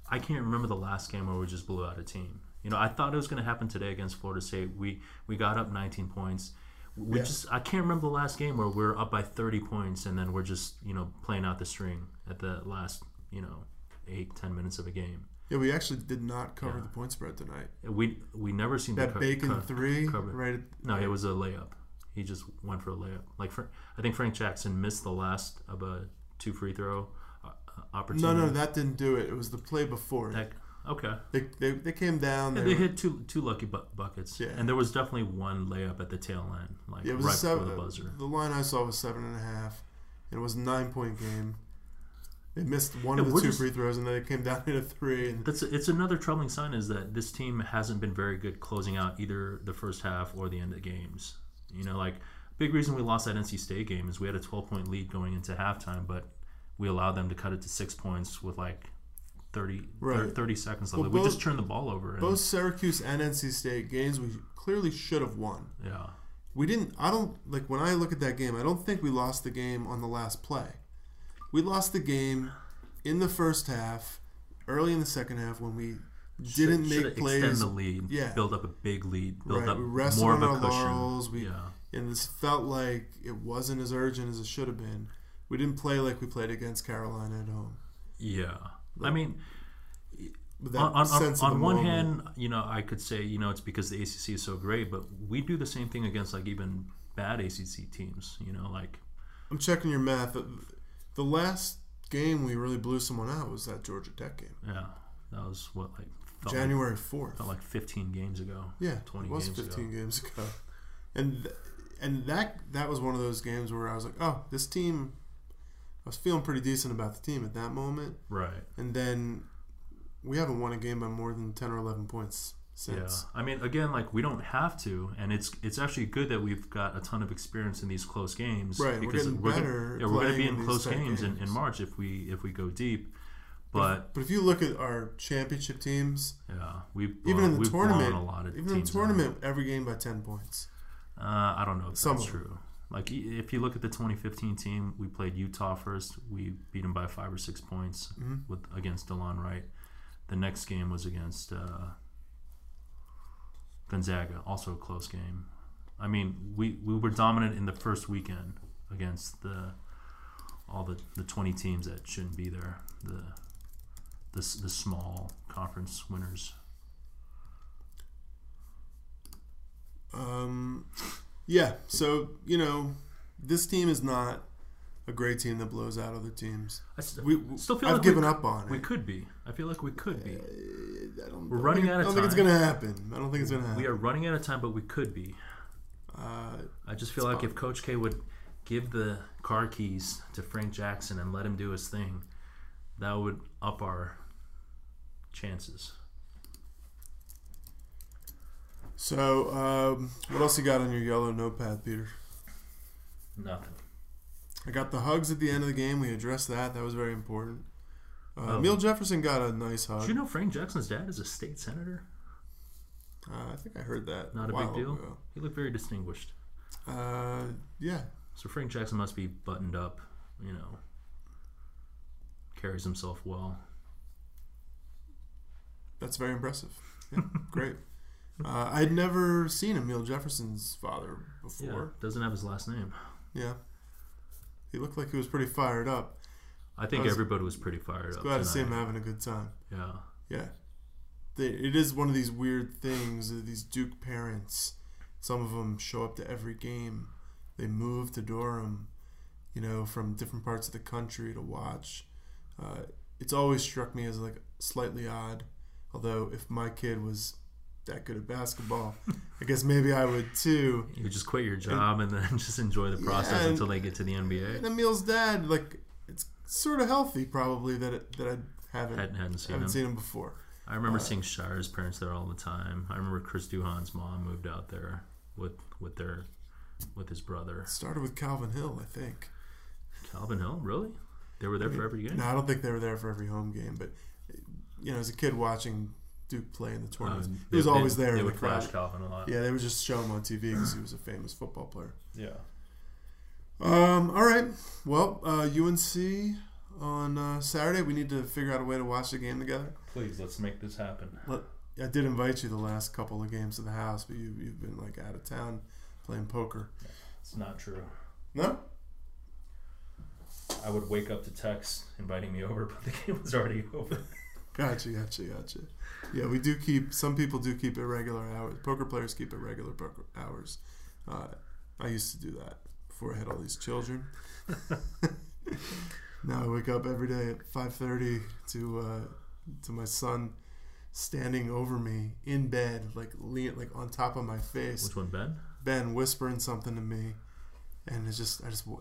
Speaker 2: I can't remember the last game where we just blew out a team? You know, I thought it was going to happen today against Florida State. We we got up 19 points. We
Speaker 1: Yeah.
Speaker 2: just I can't remember the last game where we we're up by 30 points and then we're just you know playing out the string at the last you know eight ten minutes of a game.
Speaker 1: Yeah, we actually did not cover
Speaker 2: Yeah.
Speaker 1: the point spread tonight.
Speaker 2: We we never seem to
Speaker 1: That
Speaker 2: co-
Speaker 1: bacon
Speaker 2: co-
Speaker 1: three,
Speaker 2: cover.
Speaker 1: right? At,
Speaker 2: No, it was a layup. He just went for a layup. Like Fra- I think Frank Jackson missed the last of a two free throw uh, opportunity.
Speaker 1: no, no, that didn't do it. It was the play before.
Speaker 2: That- okay.
Speaker 1: they, they, they came down.
Speaker 2: Yeah,
Speaker 1: they
Speaker 2: they
Speaker 1: were-
Speaker 2: hit two two lucky bu- buckets,
Speaker 1: Yeah.
Speaker 2: and there was definitely one layup at the tail end, like
Speaker 1: yeah, it was
Speaker 2: right
Speaker 1: a seven.
Speaker 2: before the
Speaker 1: The,
Speaker 2: buzzer.
Speaker 1: line I saw was seven and a half. And it was a nine point game. They missed one
Speaker 2: Yeah,
Speaker 1: of the
Speaker 2: we're
Speaker 1: two
Speaker 2: just-
Speaker 1: free throws, and then they came down and hit a three. And
Speaker 2: That's it's another troubling sign is that this team hasn't been very good closing out either the first half or the end of the games. You know, like big reason we lost that NC State game is we had a 12 point lead going into halftime, but we allowed them to cut it to six points with like 30
Speaker 1: Right.
Speaker 2: 30 seconds left.
Speaker 1: Well,
Speaker 2: Like, we
Speaker 1: both-
Speaker 2: just turned the ball over. And,
Speaker 1: both Syracuse and NC State games we clearly should have won.
Speaker 2: yeah,
Speaker 1: We didn't. I don't like when I look at that game. I don't think we lost the game on the last play. We lost the game in the first half, early in the second half when we didn't
Speaker 2: Should- should
Speaker 1: make
Speaker 2: Extend
Speaker 1: plays.
Speaker 2: the lead.
Speaker 1: yeah.
Speaker 2: build up a big lead. Build
Speaker 1: Right,
Speaker 2: up
Speaker 1: we rested
Speaker 2: more
Speaker 1: on
Speaker 2: of a
Speaker 1: our
Speaker 2: cushion.
Speaker 1: laurels. We
Speaker 2: yeah.
Speaker 1: and this felt like it wasn't as urgent as it should have been. We didn't play like we played against Carolina at home.
Speaker 2: Yeah. I
Speaker 1: Like,
Speaker 2: mean,
Speaker 1: But
Speaker 2: on, on, on,
Speaker 1: of
Speaker 2: on
Speaker 1: the
Speaker 2: one
Speaker 1: moment-
Speaker 2: hand, you know, I could say, you know, it's because the ACC is so great, but we do the same thing against like even bad ACC teams, you know, like,
Speaker 1: I'm checking your math. The, the last game we really blew someone out was that Georgia Tech game,
Speaker 2: yeah, that was what, like, felt, Like,
Speaker 1: January fourth.
Speaker 2: felt like 15 games ago.
Speaker 1: Yeah,
Speaker 2: 20
Speaker 1: it was
Speaker 2: games ago.
Speaker 1: 15 games ago, and th- and that that was one of those games where I was like, oh, this team. I was feeling pretty decent about the team at that moment,
Speaker 2: Right.
Speaker 1: and then we haven't won a game by more than 10 or 11 points since.
Speaker 2: Yeah. I mean, again, like, we don't have to, and it's it's actually good that we've got a ton of experience in these close games.
Speaker 1: Right, we're getting
Speaker 2: gonna-
Speaker 1: better
Speaker 2: yeah, we're going to be
Speaker 1: playing
Speaker 2: in
Speaker 1: these
Speaker 2: close
Speaker 1: type
Speaker 2: games, In, in
Speaker 1: games.
Speaker 2: March if we if we go deep.
Speaker 1: But,
Speaker 2: But
Speaker 1: but if you look at our championship teams,
Speaker 2: yeah, we've
Speaker 1: even in the
Speaker 2: we've blown
Speaker 1: tournament,
Speaker 2: a lot of
Speaker 1: even in the
Speaker 2: teams out.
Speaker 1: tournament, every game by 10 points.
Speaker 2: Uh, I don't know if
Speaker 1: Some
Speaker 2: that's
Speaker 1: of them.
Speaker 2: true. Like y- if you look at the 2015 team, we played Utah first. We beat them by five or six points
Speaker 1: Mhm.
Speaker 2: with against DeLon Wright. The next game was against uh, Gonzaga, also a close game. I mean, we, we were dominant in the first weekend against the all the, the 20 teams that shouldn't be there. The the, s- the small conference winners.
Speaker 1: Um, yeah, so you know, this team is not a great team that blows out other teams.
Speaker 2: I s-
Speaker 1: We, we-
Speaker 2: Still feel
Speaker 1: I've
Speaker 2: like we
Speaker 1: given up on
Speaker 2: we
Speaker 1: it.
Speaker 2: could be. I feel like we could be.
Speaker 1: Uh, I don't,
Speaker 2: We're
Speaker 1: I don't
Speaker 2: running
Speaker 1: think-
Speaker 2: out of
Speaker 1: I don't think it's
Speaker 2: time.
Speaker 1: gonna happen. I don't think it's gonna happen.
Speaker 2: We are running out of time, but we could be.
Speaker 1: uh,
Speaker 2: I just feel like if Coach K would give the car keys to Frank Jackson and let him do his thing, that would up our chances.
Speaker 1: so, um, what else you got on your yellow notepad, Peter?
Speaker 2: Nothing.
Speaker 1: I got the hugs at the end of the game. We addressed that. That was very important. Uh,
Speaker 2: Oh.
Speaker 1: Emil Jefferson got a nice
Speaker 2: Did
Speaker 1: hug.
Speaker 2: you know Frank Jackson's dad is a state senator?
Speaker 1: Uh, I think I heard that.
Speaker 2: Not a
Speaker 1: while
Speaker 2: big deal.
Speaker 1: ago.
Speaker 2: He looked very distinguished.
Speaker 1: Uh, yeah,
Speaker 2: So Frank Jackson must be buttoned up, you know. Carries himself well.
Speaker 1: That's very impressive. Yeah, great. Uh, I'd never seen Emil Jefferson's father
Speaker 2: Yeah.
Speaker 1: before.
Speaker 2: Doesn't have his last name.
Speaker 1: Yeah. He looked like he was pretty fired up.
Speaker 2: I think
Speaker 1: I was-
Speaker 2: everybody was pretty fired up.
Speaker 1: Glad to see him
Speaker 2: tonight.
Speaker 1: having a good time.
Speaker 2: Yeah.
Speaker 1: Yeah. They, it is one of these weird things that these Duke parents, some of them show up to every game. They move to Durham, you know, from different parts of the country to watch. Uh, it's always struck me as like slightly odd. Although, if my kid was that good at basketball, I guess maybe I would too.
Speaker 2: You just quit your job and then just enjoy the process
Speaker 1: and-
Speaker 2: until they get to the NBA.
Speaker 1: And Emil's dad, like, it's sort of healthy probably that it, that I haven't
Speaker 2: Hadn't, hadn't seen
Speaker 1: haven't
Speaker 2: him.
Speaker 1: seen him before.
Speaker 2: I remember
Speaker 1: Uh,
Speaker 2: seeing Shire's parents there all the time. I remember Chris Duhan's mom moved out there with with their with his brother
Speaker 1: It started with Calvin Hill, I think.
Speaker 2: Calvin Hill. Really, they were there for every game.
Speaker 1: No, I don't think they were there for every home game, but you know, as a kid watching Duke play in the tournaments,
Speaker 2: Um,
Speaker 1: he was
Speaker 2: they-
Speaker 1: always
Speaker 2: they-
Speaker 1: there
Speaker 2: They
Speaker 1: in the
Speaker 2: would flash
Speaker 1: crowd.
Speaker 2: Calvin a lot.
Speaker 1: Yeah, they would just show him on TV because he was a famous football player.
Speaker 2: Yeah.
Speaker 1: Um, all right, well, uh, UNC on uh, Saturday. We need to figure out a way to watch the game together.
Speaker 2: Please let's make this happen.
Speaker 1: I did invite you the last couple of games to the house, but you you've been like out of town playing poker.
Speaker 2: It's not true.
Speaker 1: No,
Speaker 2: I would wake up to text inviting me over, but the game was already over.
Speaker 1: gotcha, gotcha, gotcha. Yeah, we do keep some people do keep irregular hours. Poker players keep irregular poker hours. Uh, I used to do that before I had all these children. now I wake up every day at five thirty to uh, to my son standing over me in bed, like lean, like on top of my face.
Speaker 2: Which one, Ben?
Speaker 1: Ben whispering something to me, and it's just I just wa-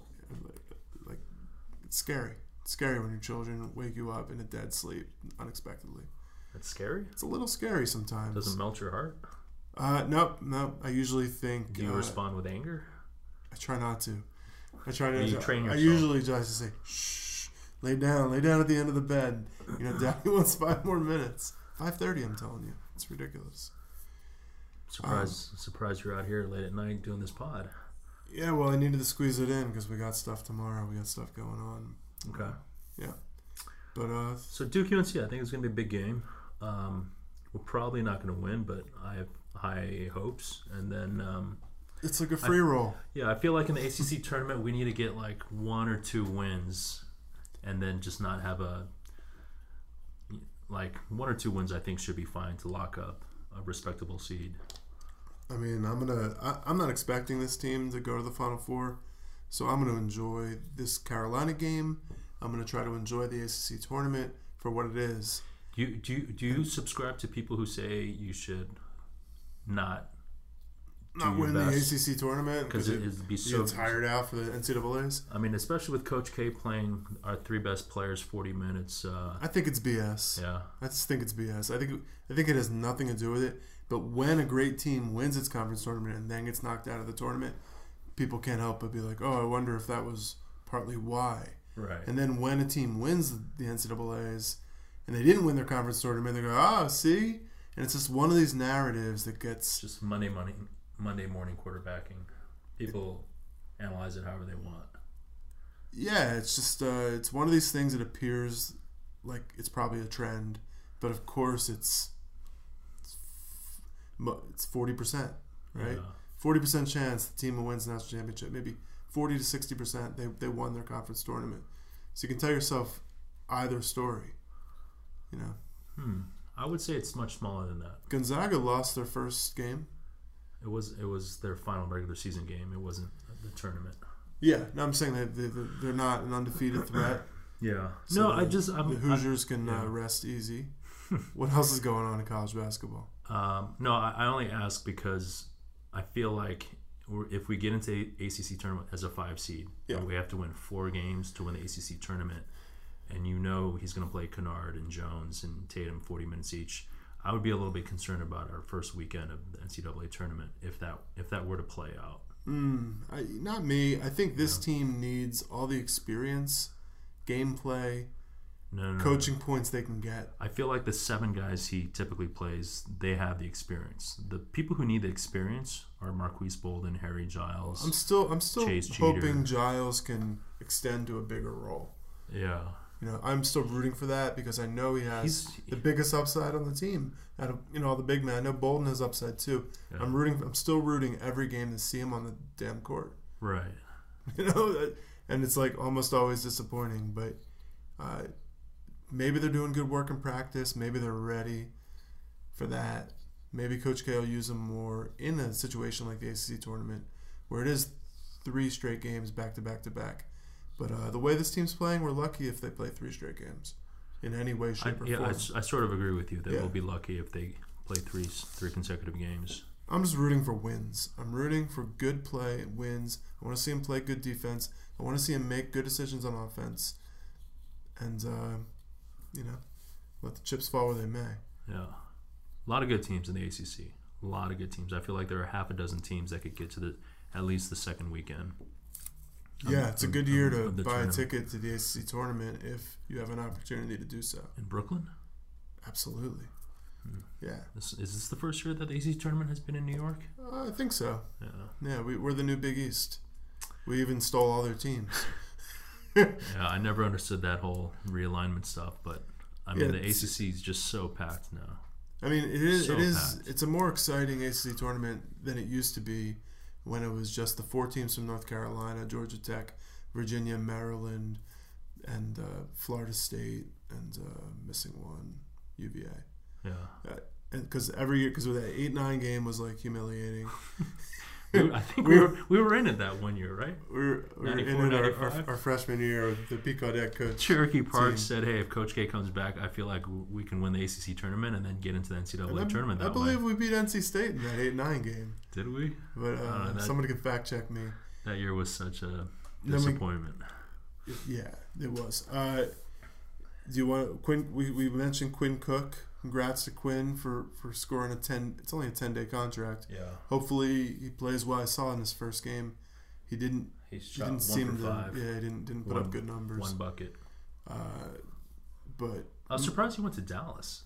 Speaker 1: like it's scary. It's scary when your children wake you up in a dead sleep unexpectedly.
Speaker 2: That's scary.
Speaker 1: It's a little scary sometimes.
Speaker 2: Doesn't melt your heart.
Speaker 1: Uh, nope, nope. I usually think.
Speaker 2: Do you
Speaker 1: uh,
Speaker 2: respond with anger?
Speaker 1: I try not to. I try not
Speaker 2: You
Speaker 1: to.
Speaker 2: train
Speaker 1: I
Speaker 2: yourself.
Speaker 1: usually just say, "Shh, lay down, lay down at the end of the bed." You know, Daddy wants five more minutes. Five thirty, I'm telling you, it's ridiculous.
Speaker 2: Surprise! surprise! You're out here late at night doing this pod.
Speaker 1: Yeah, well, I needed to squeeze it in because we got stuff tomorrow. We got stuff going on.
Speaker 2: Okay.
Speaker 1: But uh,
Speaker 2: So Duke UNC, I think it's going to be a big game. Um, we're probably not going to win, but I have high hopes. And then, um,
Speaker 1: it's like a free roll.
Speaker 2: yeah, I feel like in the ACC tournament, we need to get like one or two wins, and then just not have a like one or two wins. I think should be fine to lock up a respectable seed.
Speaker 1: I mean, I'm gonna. I, I'm not expecting this team to go to the Final Four, so I'm gonna enjoy this Carolina game. I'm gonna try to enjoy the ACC tournament for what it is.
Speaker 2: Do you do you, do you subscribe to people who say you should not
Speaker 1: Not
Speaker 2: your
Speaker 1: win
Speaker 2: best.
Speaker 1: the ACC tournament because
Speaker 2: because it
Speaker 1: you
Speaker 2: would be
Speaker 1: you
Speaker 2: so
Speaker 1: get tired out for the NCAA's.
Speaker 2: I mean, especially with Coach K playing our three best players forty minutes. Uh,
Speaker 1: I think it's BS.
Speaker 2: yeah.
Speaker 1: I just think it's BS. I think I think it has nothing to do with it. But when a great team wins its conference tournament and then gets knocked out of the tournament, people can't help but be like, "Oh, I wonder if that was partly why."
Speaker 2: Right.
Speaker 1: And then when a team wins the NCAA's and they didn't win their conference tournament, they go, ah, see? And it's just one of these narratives that
Speaker 2: It's
Speaker 1: gets
Speaker 2: just money, money, Monday morning quarterbacking. People analyze it however they want.
Speaker 1: Yeah, it's just uh, it's one of these things that appears like it's probably a trend, but of course it's it's forty percent, right?
Speaker 2: Yeah.
Speaker 1: Forty percent chance the team will win the national championship. Maybe forty to sixty percent they they won their conference tournament. So you can tell yourself either story. You know,
Speaker 2: Hmm. I would say it's much smaller than that.
Speaker 1: Gonzaga lost their first game.
Speaker 2: It was it was their final regular season game. It wasn't the tournament.
Speaker 1: Yeah, no, I'm saying that they, they- they're not an undefeated threat.
Speaker 2: Yeah.
Speaker 1: So
Speaker 2: no, I just
Speaker 1: The
Speaker 2: I'm, I-
Speaker 1: Hoosiers can uh,
Speaker 2: Oh, yeah.
Speaker 1: rest easy. what else is going on in college basketball?
Speaker 2: Um, no, I, I only ask because I feel like we're- if we get into A- ACC tournament as a five seed,
Speaker 1: Yeah.
Speaker 2: and we have to win four games to win the ACC tournament, and you know he's going to play Kennard and Jones and Tatum forty minutes each. I would be a little bit concerned about our first weekend of the NCAA tournament if that if that were to play out.
Speaker 1: Mm, I, not me. I think this team needs all the experience, gameplay,
Speaker 2: No, no, no.
Speaker 1: coaching points they can get.
Speaker 2: I feel like the seven guys he typically plays, they have the experience. The people who need the experience are Marquise Bolden, Harry Giles.
Speaker 1: I'm still, I'm still
Speaker 2: Chase
Speaker 1: hoping
Speaker 2: Jeter.
Speaker 1: Giles can extend to a bigger role.
Speaker 2: yeah,
Speaker 1: You know, I'm still rooting for that because I know he has
Speaker 2: He's-
Speaker 1: the biggest upside on the team. Out of you know all the big men, I know Bolden has upside too.
Speaker 2: Yeah.
Speaker 1: I'm rooting. I'm still rooting every game to see him on the damn court.
Speaker 2: right.
Speaker 1: you know that- and it's like almost always disappointing but uh, maybe they're doing good work in practice maybe they're ready for that maybe coach k will use them more in a situation like the acc tournament where it is three straight games back to back to back but uh, the way this team's playing we're lucky if they play three straight games in any way
Speaker 2: I,
Speaker 1: shape or
Speaker 2: yeah, I,
Speaker 1: form
Speaker 2: s- I sort of agree with you that
Speaker 1: Yeah.
Speaker 2: we'll be lucky if they play three s- three consecutive games.
Speaker 1: i'm just rooting for wins i'm rooting for good play and wins i want to see him play good defense i want to see him make good decisions on offense and uh, you know, let the chips fall where they may.
Speaker 2: Yeah, a lot of good teams in the ACC. A lot of good teams. I feel like there are half a dozen teams that could get to the at least the second weekend. of-
Speaker 1: yeah, it's a
Speaker 2: of-
Speaker 1: good year
Speaker 2: of-
Speaker 1: to
Speaker 2: of the
Speaker 1: buy
Speaker 2: tournament.
Speaker 1: a ticket to the ACC tournament if you have an opportunity to do so.
Speaker 2: in Brooklyn.
Speaker 1: Absolutely.
Speaker 2: Hmm.
Speaker 1: Yeah,
Speaker 2: This, is this the first year that the ACC tournament has been in New York?
Speaker 1: Uh, I think so.
Speaker 2: Yeah,
Speaker 1: Yeah, we, we're the new Big East. We even stole all their teams.
Speaker 2: yeah. I never understood that whole realignment stuff, but I mean
Speaker 1: Yeah,
Speaker 2: the
Speaker 1: it's-
Speaker 2: ACC is just so packed now.
Speaker 1: I mean, it is.
Speaker 2: So
Speaker 1: it is.
Speaker 2: packed.
Speaker 1: It's a more exciting ACC tournament than it used to be, when it was just the four teams from North Carolina, Georgia Tech, Virginia, Maryland, and uh, Florida State, and uh, missing one, UVA.
Speaker 2: Yeah,
Speaker 1: And because every year, because that eight nine game was like humiliating.
Speaker 2: We- I think we were we were in it that one year, right?
Speaker 1: We were, we were in
Speaker 2: 94,
Speaker 1: it our, our,
Speaker 2: 95?
Speaker 1: our freshman year with the Picardette coach.
Speaker 2: Cherokee Park
Speaker 1: Team.
Speaker 2: said, "Hey, if Coach K comes back, I feel like w- we can win the ACC tournament and then get into the NCAA
Speaker 1: And I,
Speaker 2: tournament." That
Speaker 1: I believe we
Speaker 2: way.
Speaker 1: beat NC State in that eight nine game,
Speaker 2: did we?
Speaker 1: but uh,
Speaker 2: Uh, that-
Speaker 1: somebody could fact check me.
Speaker 2: That year was such a
Speaker 1: Then we
Speaker 2: disappointment.
Speaker 1: Yeah, it was. Uh, do you want Quinn? We, we mentioned Quinn Cook. Congrats to Quinn for for scoring a ten. It's only a ten day contract.
Speaker 2: yeah,
Speaker 1: Hopefully he plays what I saw in his first game. He didn't.
Speaker 2: he
Speaker 1: He didn't seem to. Yeah, he didn't didn't put
Speaker 2: One-
Speaker 1: up good numbers.
Speaker 2: one bucket.
Speaker 1: Uh, but
Speaker 2: I was surprised he went to Dallas.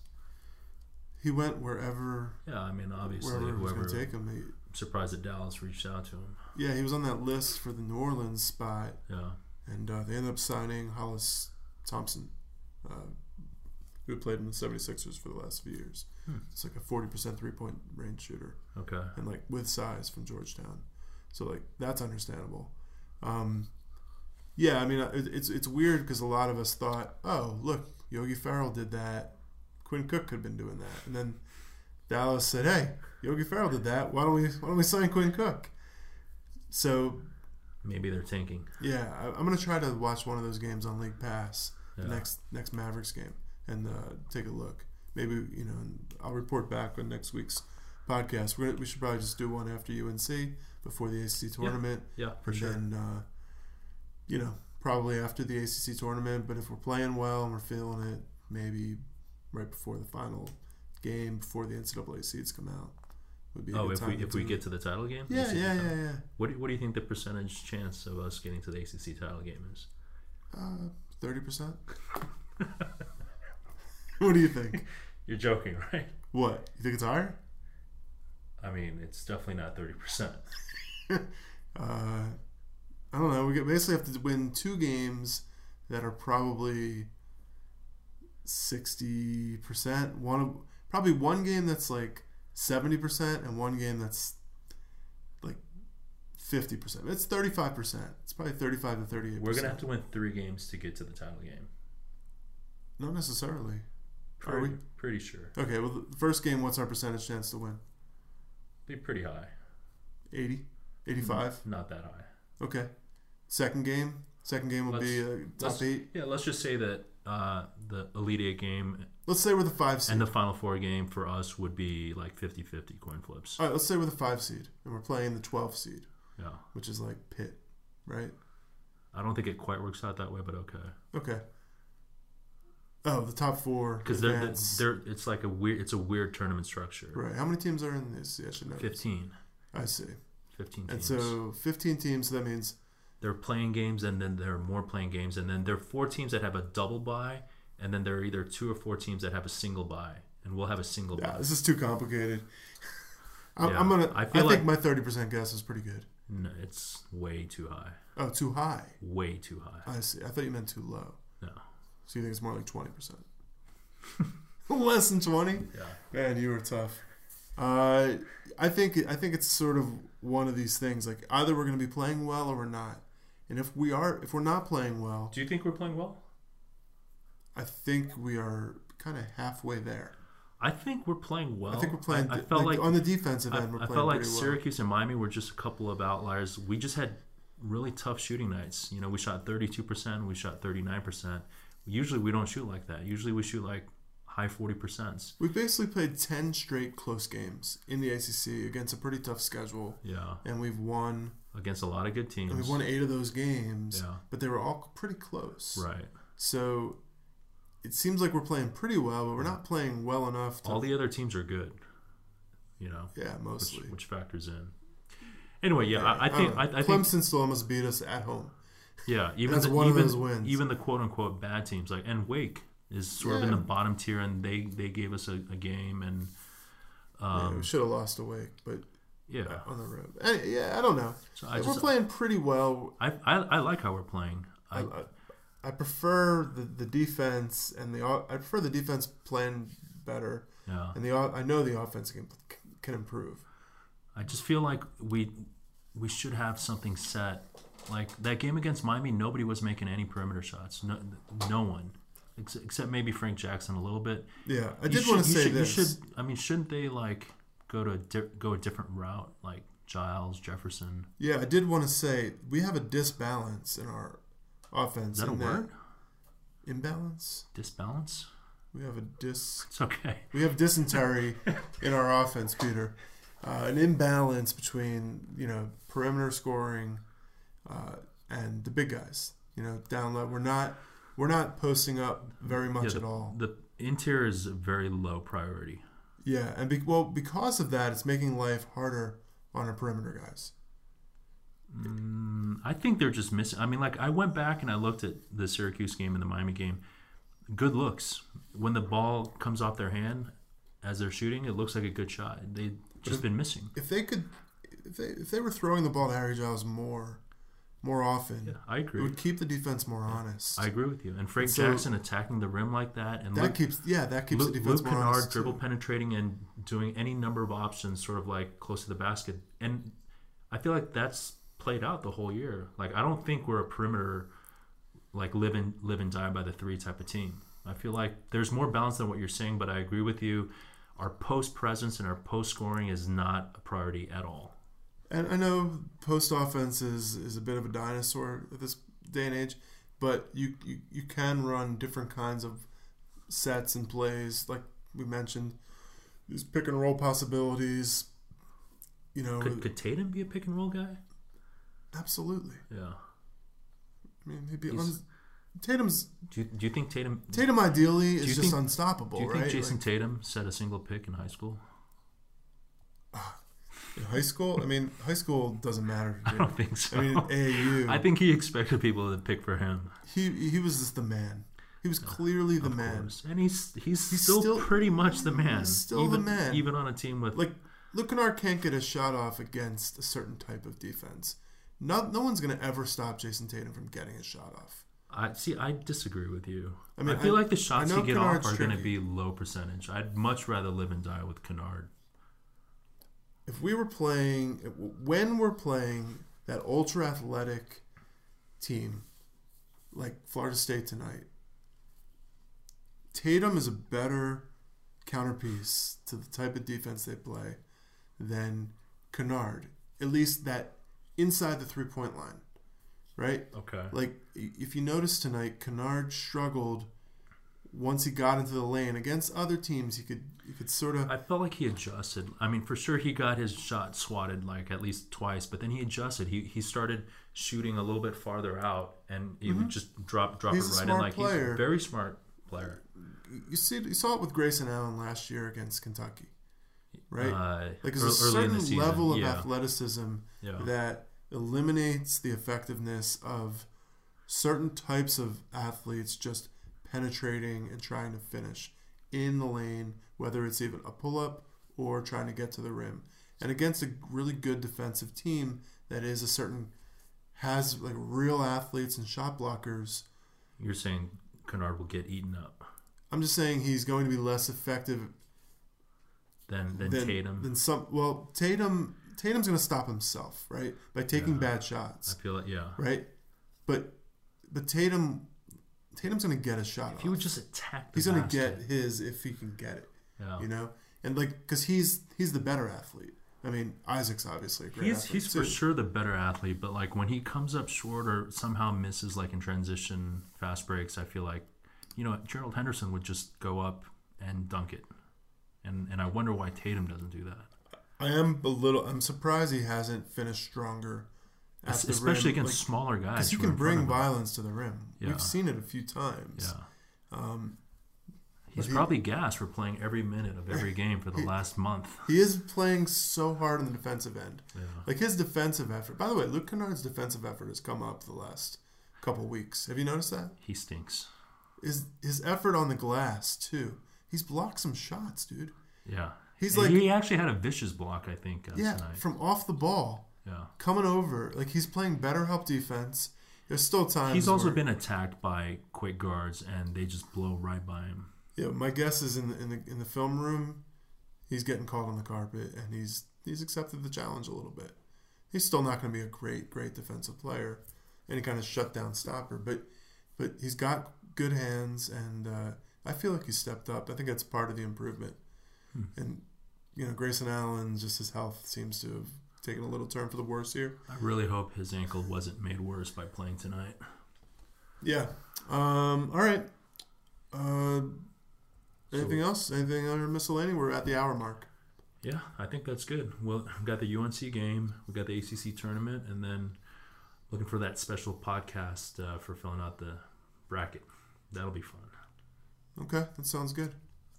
Speaker 1: he went wherever
Speaker 2: Yeah, I mean, obviously,
Speaker 1: wherever it was
Speaker 2: whoever
Speaker 1: going to take him. He,
Speaker 2: surprised that Dallas reached out to him.
Speaker 1: yeah, he was on that list for the New Orleans spot,
Speaker 2: Yeah,
Speaker 1: and uh, they ended up signing Hollis Thompson, uh, who played in the 76ers for the last few years.
Speaker 2: Hmm.
Speaker 1: It's like a 40% three point range shooter,
Speaker 2: okay,
Speaker 1: and like with size from Georgetown. So, like, that's understandable. Um, yeah, I mean, uh, it, it's, it's weird because a lot of us thought, oh, look, Yogi Farrell did that. Quinn Cook could have been doing that. And then Dallas said, hey, Yogi Farrell did that. Why don't we, why don't we sign Quinn Cook? So
Speaker 2: maybe they're tanking.
Speaker 1: yeah, I, I'm gonna try to watch one of those games on League Pass
Speaker 2: Yeah.
Speaker 1: the next next Mavericks game and uh, take a look. Maybe you know, and I'll report back on next week's podcast. We're, we should probably just do one after UNC before the ACC tournament,
Speaker 2: Yeah, for
Speaker 1: and
Speaker 2: sure.
Speaker 1: then uh, you know probably after the ACC tournament. But if we're playing well and we're feeling it, maybe right before the final game, before the NCAA seeds come out, would be a
Speaker 2: Oh,
Speaker 1: good
Speaker 2: if
Speaker 1: time
Speaker 2: we
Speaker 1: to
Speaker 2: if we
Speaker 1: do
Speaker 2: get
Speaker 1: it.
Speaker 2: to the title game,
Speaker 1: yeah
Speaker 2: ACC
Speaker 1: yeah
Speaker 2: title.
Speaker 1: yeah yeah
Speaker 2: What do, what do you think the percentage chance of us getting to the ACC title game is?
Speaker 1: Uh, thirty percent. what do you think?
Speaker 2: You're joking, right?
Speaker 1: What you think it's higher?
Speaker 2: I mean, it's definitely not thirty percent.
Speaker 1: Uh, I don't know. We get- basically have to win two games that are probably sixty percent. One of probably one game that's like seventy percent, and one game that's like fifty percent. It's thirty five percent. It's probably thirty five to thirty eight.
Speaker 2: We're gonna have to win three games to get to the title game.
Speaker 1: Not necessarily. Are
Speaker 2: Pretty,
Speaker 1: we?
Speaker 2: pretty sure.
Speaker 1: Okay. Well, the first game. What's our percentage chance to win?
Speaker 2: Be pretty high.
Speaker 1: 80? 85?
Speaker 2: Not that high.
Speaker 1: Okay. Second game. Second game will be uh, top
Speaker 2: let's-
Speaker 1: eight.
Speaker 2: Yeah, let's just say that uh, the Elite Eight game
Speaker 1: Let's say we're the five seed.
Speaker 2: and the Final Four game for us would be like 50-50 coin flips.
Speaker 1: All right, let's say we're the five seed and we're playing the 12 seed,
Speaker 2: Yeah,
Speaker 1: which is like Pitt, right?
Speaker 2: I don't think it quite works out that way, but okay.
Speaker 1: Okay. Oh, the top four.
Speaker 2: Because they're, they're,
Speaker 1: advance.
Speaker 2: they're it's like a weird it's a weird tournament structure.
Speaker 1: right. How many teams are in this? Yeah, I should know.
Speaker 2: 15,
Speaker 1: I see.
Speaker 2: 15
Speaker 1: And
Speaker 2: teams.
Speaker 1: so 15 teams. So that means
Speaker 2: they're playing games and then there are more playing games and then there are four teams that have a double bye and then there are either two or four teams that have a single bye and we'll have a single
Speaker 1: yeah,
Speaker 2: bye.
Speaker 1: this is too complicated. I'm,
Speaker 2: Yeah,
Speaker 1: I'm gonna.
Speaker 2: I
Speaker 1: I,
Speaker 2: feel
Speaker 1: think my 30% guess is pretty good.
Speaker 2: No, it's way too high.
Speaker 1: Oh, too high.
Speaker 2: Way too high.
Speaker 1: I see. I thought you meant too low.
Speaker 2: No.
Speaker 1: So you think it's more like 20%? Less than 20?
Speaker 2: Yeah.
Speaker 1: Man, you were tough. Uh, I think I think it's sort of one of these things. Like either we're going to be playing well or we're not. And if we are, if we're not playing well,
Speaker 2: Do you think we're playing well?
Speaker 1: I think we are kind of halfway there.
Speaker 2: I think we're playing well.
Speaker 1: I think we're playing.
Speaker 2: I, felt like,
Speaker 1: on the defensive
Speaker 2: I,
Speaker 1: end, we're
Speaker 2: I
Speaker 1: playing
Speaker 2: felt like
Speaker 1: pretty well.
Speaker 2: Syracuse and Miami were just a couple of outliers. We just had really tough shooting nights. You know, we shot 32%, we shot 39%. Usually we don't shoot like that. Usually we shoot like high 40%.
Speaker 1: We've basically played ten straight close games in the ACC against a pretty tough schedule,
Speaker 2: Yeah.
Speaker 1: and we've won.
Speaker 2: Against a lot of good teams.
Speaker 1: And we've won eight of those games,
Speaker 2: Yeah.
Speaker 1: but they were all pretty close.
Speaker 2: Right.
Speaker 1: So it seems like we're playing pretty well, but we're not playing well enough to
Speaker 2: All the other teams are good. You know,
Speaker 1: Yeah,
Speaker 2: which,
Speaker 1: mostly.
Speaker 2: which factors in. Anyway, yeah, I, I think I,
Speaker 1: don't know.
Speaker 2: I
Speaker 1: Uh, Clemson
Speaker 2: think
Speaker 1: still almost beat us at home.
Speaker 2: yeah, even
Speaker 1: that's
Speaker 2: the,
Speaker 1: one of
Speaker 2: even,
Speaker 1: those wins.
Speaker 2: even the quote unquote bad teams like and Wake is sort of in
Speaker 1: Yeah.
Speaker 2: the bottom tier, and they they gave us a, a game, and
Speaker 1: Yeah,
Speaker 2: um,
Speaker 1: we should have lost awake, but
Speaker 2: yeah,
Speaker 1: on the road. Eh, yeah, I don't know.
Speaker 2: So I
Speaker 1: Like,
Speaker 2: just-
Speaker 1: we're playing pretty well.
Speaker 2: I, I I like how we're playing. I,
Speaker 1: I, I prefer the, the defense and the o- I prefer the defense playing better,
Speaker 2: yeah,
Speaker 1: and the o- I know the offense can can improve.
Speaker 2: I just feel like we we should have something set. Like that game against Miami, nobody was making any perimeter shots. No, no one, Ex- except maybe Frank Jackson a little bit.
Speaker 1: Yeah, I
Speaker 2: You
Speaker 1: did
Speaker 2: should-
Speaker 1: want to
Speaker 2: you
Speaker 1: say
Speaker 2: should,
Speaker 1: this.
Speaker 2: You should. I mean, shouldn't they like go to a di- go a different route, like Giles Jefferson?
Speaker 1: Yeah, I did want to say we have a disbalance in our offense.
Speaker 2: Is that a
Speaker 1: in
Speaker 2: word?
Speaker 1: Imbalance.
Speaker 2: Disbalance?
Speaker 1: We have a dis.
Speaker 2: It's okay.
Speaker 1: We have dysentery in our offense, Peter. Uh, an imbalance between you know perimeter scoring uh, and the big guys. You know, down low. We're not we're not posting up very
Speaker 2: Yeah,
Speaker 1: much
Speaker 2: the,
Speaker 1: at all.
Speaker 2: The interior is a very low priority.
Speaker 1: Yeah, and be, well because of that, it's making life harder on our perimeter guys.
Speaker 2: Mm, I think they're just missing. I mean, like I went back and I looked at the Syracuse game and the Miami game. Good looks when the ball comes off their hand as they're shooting. It looks like a good shot. They just been missing.
Speaker 1: If they could, if they if they were throwing the ball to Harry Giles more, more often,
Speaker 2: Yeah, I
Speaker 1: it
Speaker 2: agree.
Speaker 1: would keep the defense more honest.
Speaker 2: I agree with you. And Frank
Speaker 1: So-
Speaker 2: Jackson attacking the rim like that and
Speaker 1: that
Speaker 2: Luke
Speaker 1: keeps yeah that keeps
Speaker 2: Luke,
Speaker 1: the defense
Speaker 2: Luke
Speaker 1: more
Speaker 2: Kennard
Speaker 1: honest. too.
Speaker 2: dribble penetrating and doing any number of options, sort of like close to the basket. And I feel like that's played out the whole year. Like I don't think we're a perimeter, like live and live and die by the three type of team. I feel like there's more balance than what you're saying, but I agree with you. Our post presence and our post scoring is not a priority at all.
Speaker 1: And I know post offense is, is a bit of a dinosaur at this day and age, but you, you, you can run different kinds of sets and plays, like we mentioned, these pick and roll possibilities. You know,
Speaker 2: Could, could Tatum be a pick and roll guy?
Speaker 1: absolutely.
Speaker 2: Yeah.
Speaker 1: I mean, he'd be
Speaker 2: He's-
Speaker 1: un- Tatum's
Speaker 2: Do you, do you think Tatum?
Speaker 1: Tatum ideally is
Speaker 2: you
Speaker 1: just
Speaker 2: think-
Speaker 1: unstoppable,
Speaker 2: Do you
Speaker 1: right?
Speaker 2: think Jason Tatum set a single pick in high school?
Speaker 1: Like, in high school, I mean, high school doesn't matter. To
Speaker 2: I
Speaker 1: Tatum.
Speaker 2: don't think so.
Speaker 1: I mean, AAU,
Speaker 2: I think he expected people to pick for him.
Speaker 1: he he was just the man. He was clearly the
Speaker 2: of
Speaker 1: man.
Speaker 2: course. And he's he's,
Speaker 1: He's
Speaker 2: still,
Speaker 1: still-
Speaker 2: pretty much the man.
Speaker 1: still the
Speaker 2: even,
Speaker 1: man.
Speaker 2: Even on a team with
Speaker 1: Like Lukinar can't get a shot off against a certain type of defense. Not, no one's going to ever stop Jason Tatum from getting a shot off.
Speaker 2: I see. I disagree with you. I
Speaker 1: I mean,
Speaker 2: mean, I feel
Speaker 1: I-
Speaker 2: like the shots
Speaker 1: I
Speaker 2: you
Speaker 1: know
Speaker 2: get off
Speaker 1: Kennard's
Speaker 2: are going to
Speaker 1: tricky.
Speaker 2: be low percentage. I'd much rather live and die with Kennard.
Speaker 1: If we were playing, when we're playing that ultra athletic team like Florida State tonight, Tatum is a better counterpiece to the type of defense they play than Kennard, at least that inside the three point line, right?
Speaker 2: Okay.
Speaker 1: Like i- if you notice tonight, Kennard struggled once he got into the lane. Against other teams, he could he could sort of
Speaker 2: I felt like he adjusted. I mean, for sure he got his shot swatted like at least twice, but then he adjusted. He he started shooting a little bit farther out, and he would just drop drop
Speaker 1: Mm-hmm. He's a
Speaker 2: it right in.
Speaker 1: smart
Speaker 2: Like he's a
Speaker 1: player.
Speaker 2: very smart player.
Speaker 1: you see you saw it with Grayson Allen last year against Kentucky, right?
Speaker 2: Uh,
Speaker 1: like
Speaker 2: ear-
Speaker 1: there's a
Speaker 2: early in
Speaker 1: certain
Speaker 2: the season,
Speaker 1: level of
Speaker 2: yeah.
Speaker 1: athleticism
Speaker 2: Yeah.
Speaker 1: that eliminates the effectiveness of certain types of athletes just penetrating and trying to finish in the lane, whether it's even a pull up or trying to get to the rim. And against a really good defensive team that is a certain has like real athletes and shot blockers,
Speaker 2: You're saying Kennard will get eaten up.
Speaker 1: I'm just saying he's going to be less effective
Speaker 2: Then then,
Speaker 1: than
Speaker 2: Tatum.
Speaker 1: than some well Tatum Tatum's going to stop himself, right? By taking
Speaker 2: Yeah.
Speaker 1: bad shots.
Speaker 2: I feel like yeah.
Speaker 1: right? But but Tatum Tatum's gonna get a shot.
Speaker 2: If
Speaker 1: off.
Speaker 2: he would just attack, the
Speaker 1: he's gonna
Speaker 2: basket,
Speaker 1: get his if he can get it,
Speaker 2: Yeah.
Speaker 1: you know. And like, cause he's he's the better athlete. I mean, Isaac's obviously a great
Speaker 2: He's,
Speaker 1: athlete
Speaker 2: he's
Speaker 1: too.
Speaker 2: for sure the better athlete, but like when he comes up short or somehow misses like in transition fast breaks, I feel like you know Gerald Henderson would just go up and dunk it, and and I wonder why Tatum doesn't do that,
Speaker 1: I am a little. I'm surprised he hasn't finished stronger, at
Speaker 2: Es-
Speaker 1: the
Speaker 2: especially
Speaker 1: rim,
Speaker 2: against smaller
Speaker 1: because
Speaker 2: guys.
Speaker 1: you
Speaker 2: who are
Speaker 1: can
Speaker 2: in front
Speaker 1: bring
Speaker 2: of him.
Speaker 1: violence to the rim.
Speaker 2: Yeah.
Speaker 1: We've seen it a few times.
Speaker 2: Yeah,
Speaker 1: Um,
Speaker 2: he's
Speaker 1: but he-
Speaker 2: probably gassed for playing every minute of every game for the
Speaker 1: He-
Speaker 2: last month.
Speaker 1: he is playing so hard on the defensive end.
Speaker 2: Yeah,
Speaker 1: Like his defensive effort. By the way, Luke Kennard's defensive effort has come up the last couple weeks. Have you noticed that?
Speaker 2: he stinks.
Speaker 1: His his effort on the glass too. He's blocked some shots, dude.
Speaker 2: Yeah,
Speaker 1: He's
Speaker 2: And
Speaker 1: like-
Speaker 2: he actually had a vicious block, I think, uh,
Speaker 1: yeah,
Speaker 2: tonight.
Speaker 1: from off the ball,
Speaker 2: Yeah.
Speaker 1: coming over. Like he's playing better help defense. There's still times.
Speaker 2: He's also
Speaker 1: where-
Speaker 2: been attacked by quick guards, and they just blow right by him.
Speaker 1: Yeah, my guess is in the in the in the film room, he's getting called on the carpet, and he's he's accepted the challenge a little bit. He's still not going to be a great great defensive player, any kind of shutdown stopper, but but he's got good hands, and uh, I feel like he stepped up. I think that's part of the improvement,
Speaker 2: Hmm.
Speaker 1: and you know Grayson Allen, just his health seems to have taken a little turn for the worse here.
Speaker 2: I really hope his ankle wasn't made worse by playing tonight.
Speaker 1: Yeah. Um. All right. Uh, anything else? Anything under miscellany? We're at the hour mark.
Speaker 2: Yeah, I think that's good. Well, we've got the UNC game, we've got the ACC tournament, and then looking for that special podcast uh, for filling out the bracket. That'll be fun.
Speaker 1: Okay, that sounds good.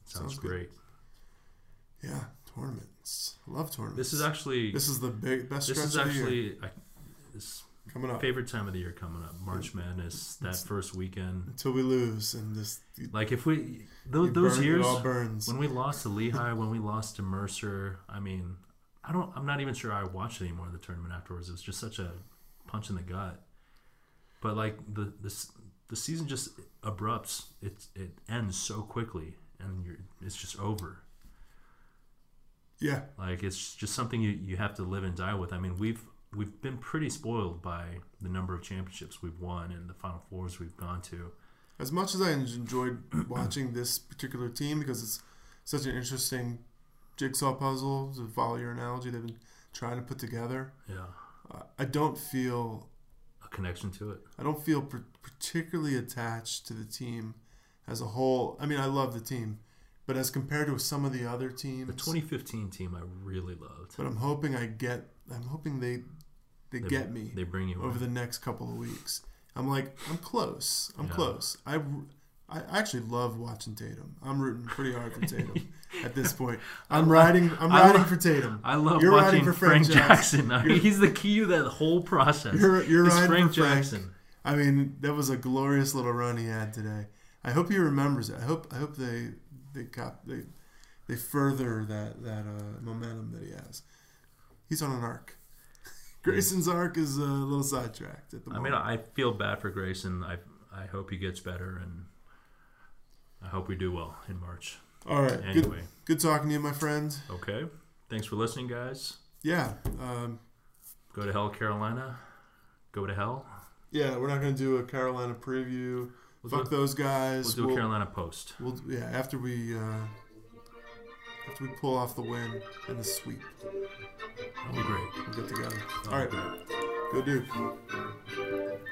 Speaker 2: Sounds,
Speaker 1: Sounds good.
Speaker 2: great.
Speaker 1: Yeah, tournaments. I love tournaments.
Speaker 2: This is actually this,
Speaker 1: this is the big best stretch
Speaker 2: is
Speaker 1: of the year
Speaker 2: actually I, this
Speaker 1: coming up
Speaker 2: favorite time of the year coming up. March Madness, that
Speaker 1: It's-
Speaker 2: first weekend.
Speaker 1: until we lose and this. you-
Speaker 2: Like if we
Speaker 1: you
Speaker 2: those, those
Speaker 1: burn- it
Speaker 2: years
Speaker 1: all burns.
Speaker 2: when we lost to Lehigh, when we lost to Mercer, I mean, I don't. I'm not even sure I watched any more of the tournament afterwards. It was just such a punch in the gut. But like the this the season just abrupts. It it ends so quickly, and you're it's just over.
Speaker 1: yeah,
Speaker 2: Like it's just something you you have to live and die with. I mean, we've we've been pretty spoiled by the number of championships we've won and the final fours we've gone to.
Speaker 1: as much as I en- enjoyed watching this particular team because it's such an interesting jigsaw puzzle to follow your analogy they've been trying to put together.
Speaker 2: Yeah,
Speaker 1: Uh, I don't feel
Speaker 2: a connection to it.
Speaker 1: I don't feel par- particularly attached to the team as a whole. I mean, I love the team, but as compared to some of the other teams,
Speaker 2: The 2015 team I really loved.
Speaker 1: But I'm hoping I get. I'm hoping they they,
Speaker 2: They-
Speaker 1: get me
Speaker 2: They bring you
Speaker 1: over
Speaker 2: in.
Speaker 1: the next couple of weeks. I'm like, I'm close. I'm
Speaker 2: Yeah.
Speaker 1: close. I, I actually love watching Tatum. I'm rooting pretty hard for Tatum at this point. I'm riding. I'm
Speaker 2: I
Speaker 1: riding
Speaker 2: love-
Speaker 1: for Tatum.
Speaker 2: I love
Speaker 1: You're riding
Speaker 2: watching
Speaker 1: for
Speaker 2: Frank
Speaker 1: Frank
Speaker 2: Jackson. I mean,
Speaker 1: You're-
Speaker 2: he's the key to that whole process.
Speaker 1: You're you're
Speaker 2: It's
Speaker 1: riding
Speaker 2: Frank
Speaker 1: for Frank.
Speaker 2: Jackson.
Speaker 1: I mean, that was a glorious little run he had today. I hope he remembers it. I hope I hope they they cop they they further that that uh, momentum that he has. He's on an arc. Grayson's arc is a little sidetracked at the
Speaker 2: I
Speaker 1: moment.
Speaker 2: mean, I feel bad for Grayson. I I hope he gets better, and I hope we do well in March.
Speaker 1: All right, good,
Speaker 2: Anyway,
Speaker 1: good talking to you, my friend.
Speaker 2: okay. Thanks for listening, guys.
Speaker 1: Yeah, um,
Speaker 2: Go to hell, Carolina. Go to hell.
Speaker 1: yeah, we're not gonna do a Carolina preview.
Speaker 2: We'll
Speaker 1: Fuck
Speaker 2: do,
Speaker 1: those
Speaker 2: we'll
Speaker 1: guys.
Speaker 2: do a
Speaker 1: We'll,
Speaker 2: Carolina post.
Speaker 1: we'll yeah after we uh, after we pull off the win and the sweep,
Speaker 2: That'll be great.
Speaker 1: we'll get together.
Speaker 2: That'll
Speaker 1: All right,
Speaker 2: be great.
Speaker 1: go Duke.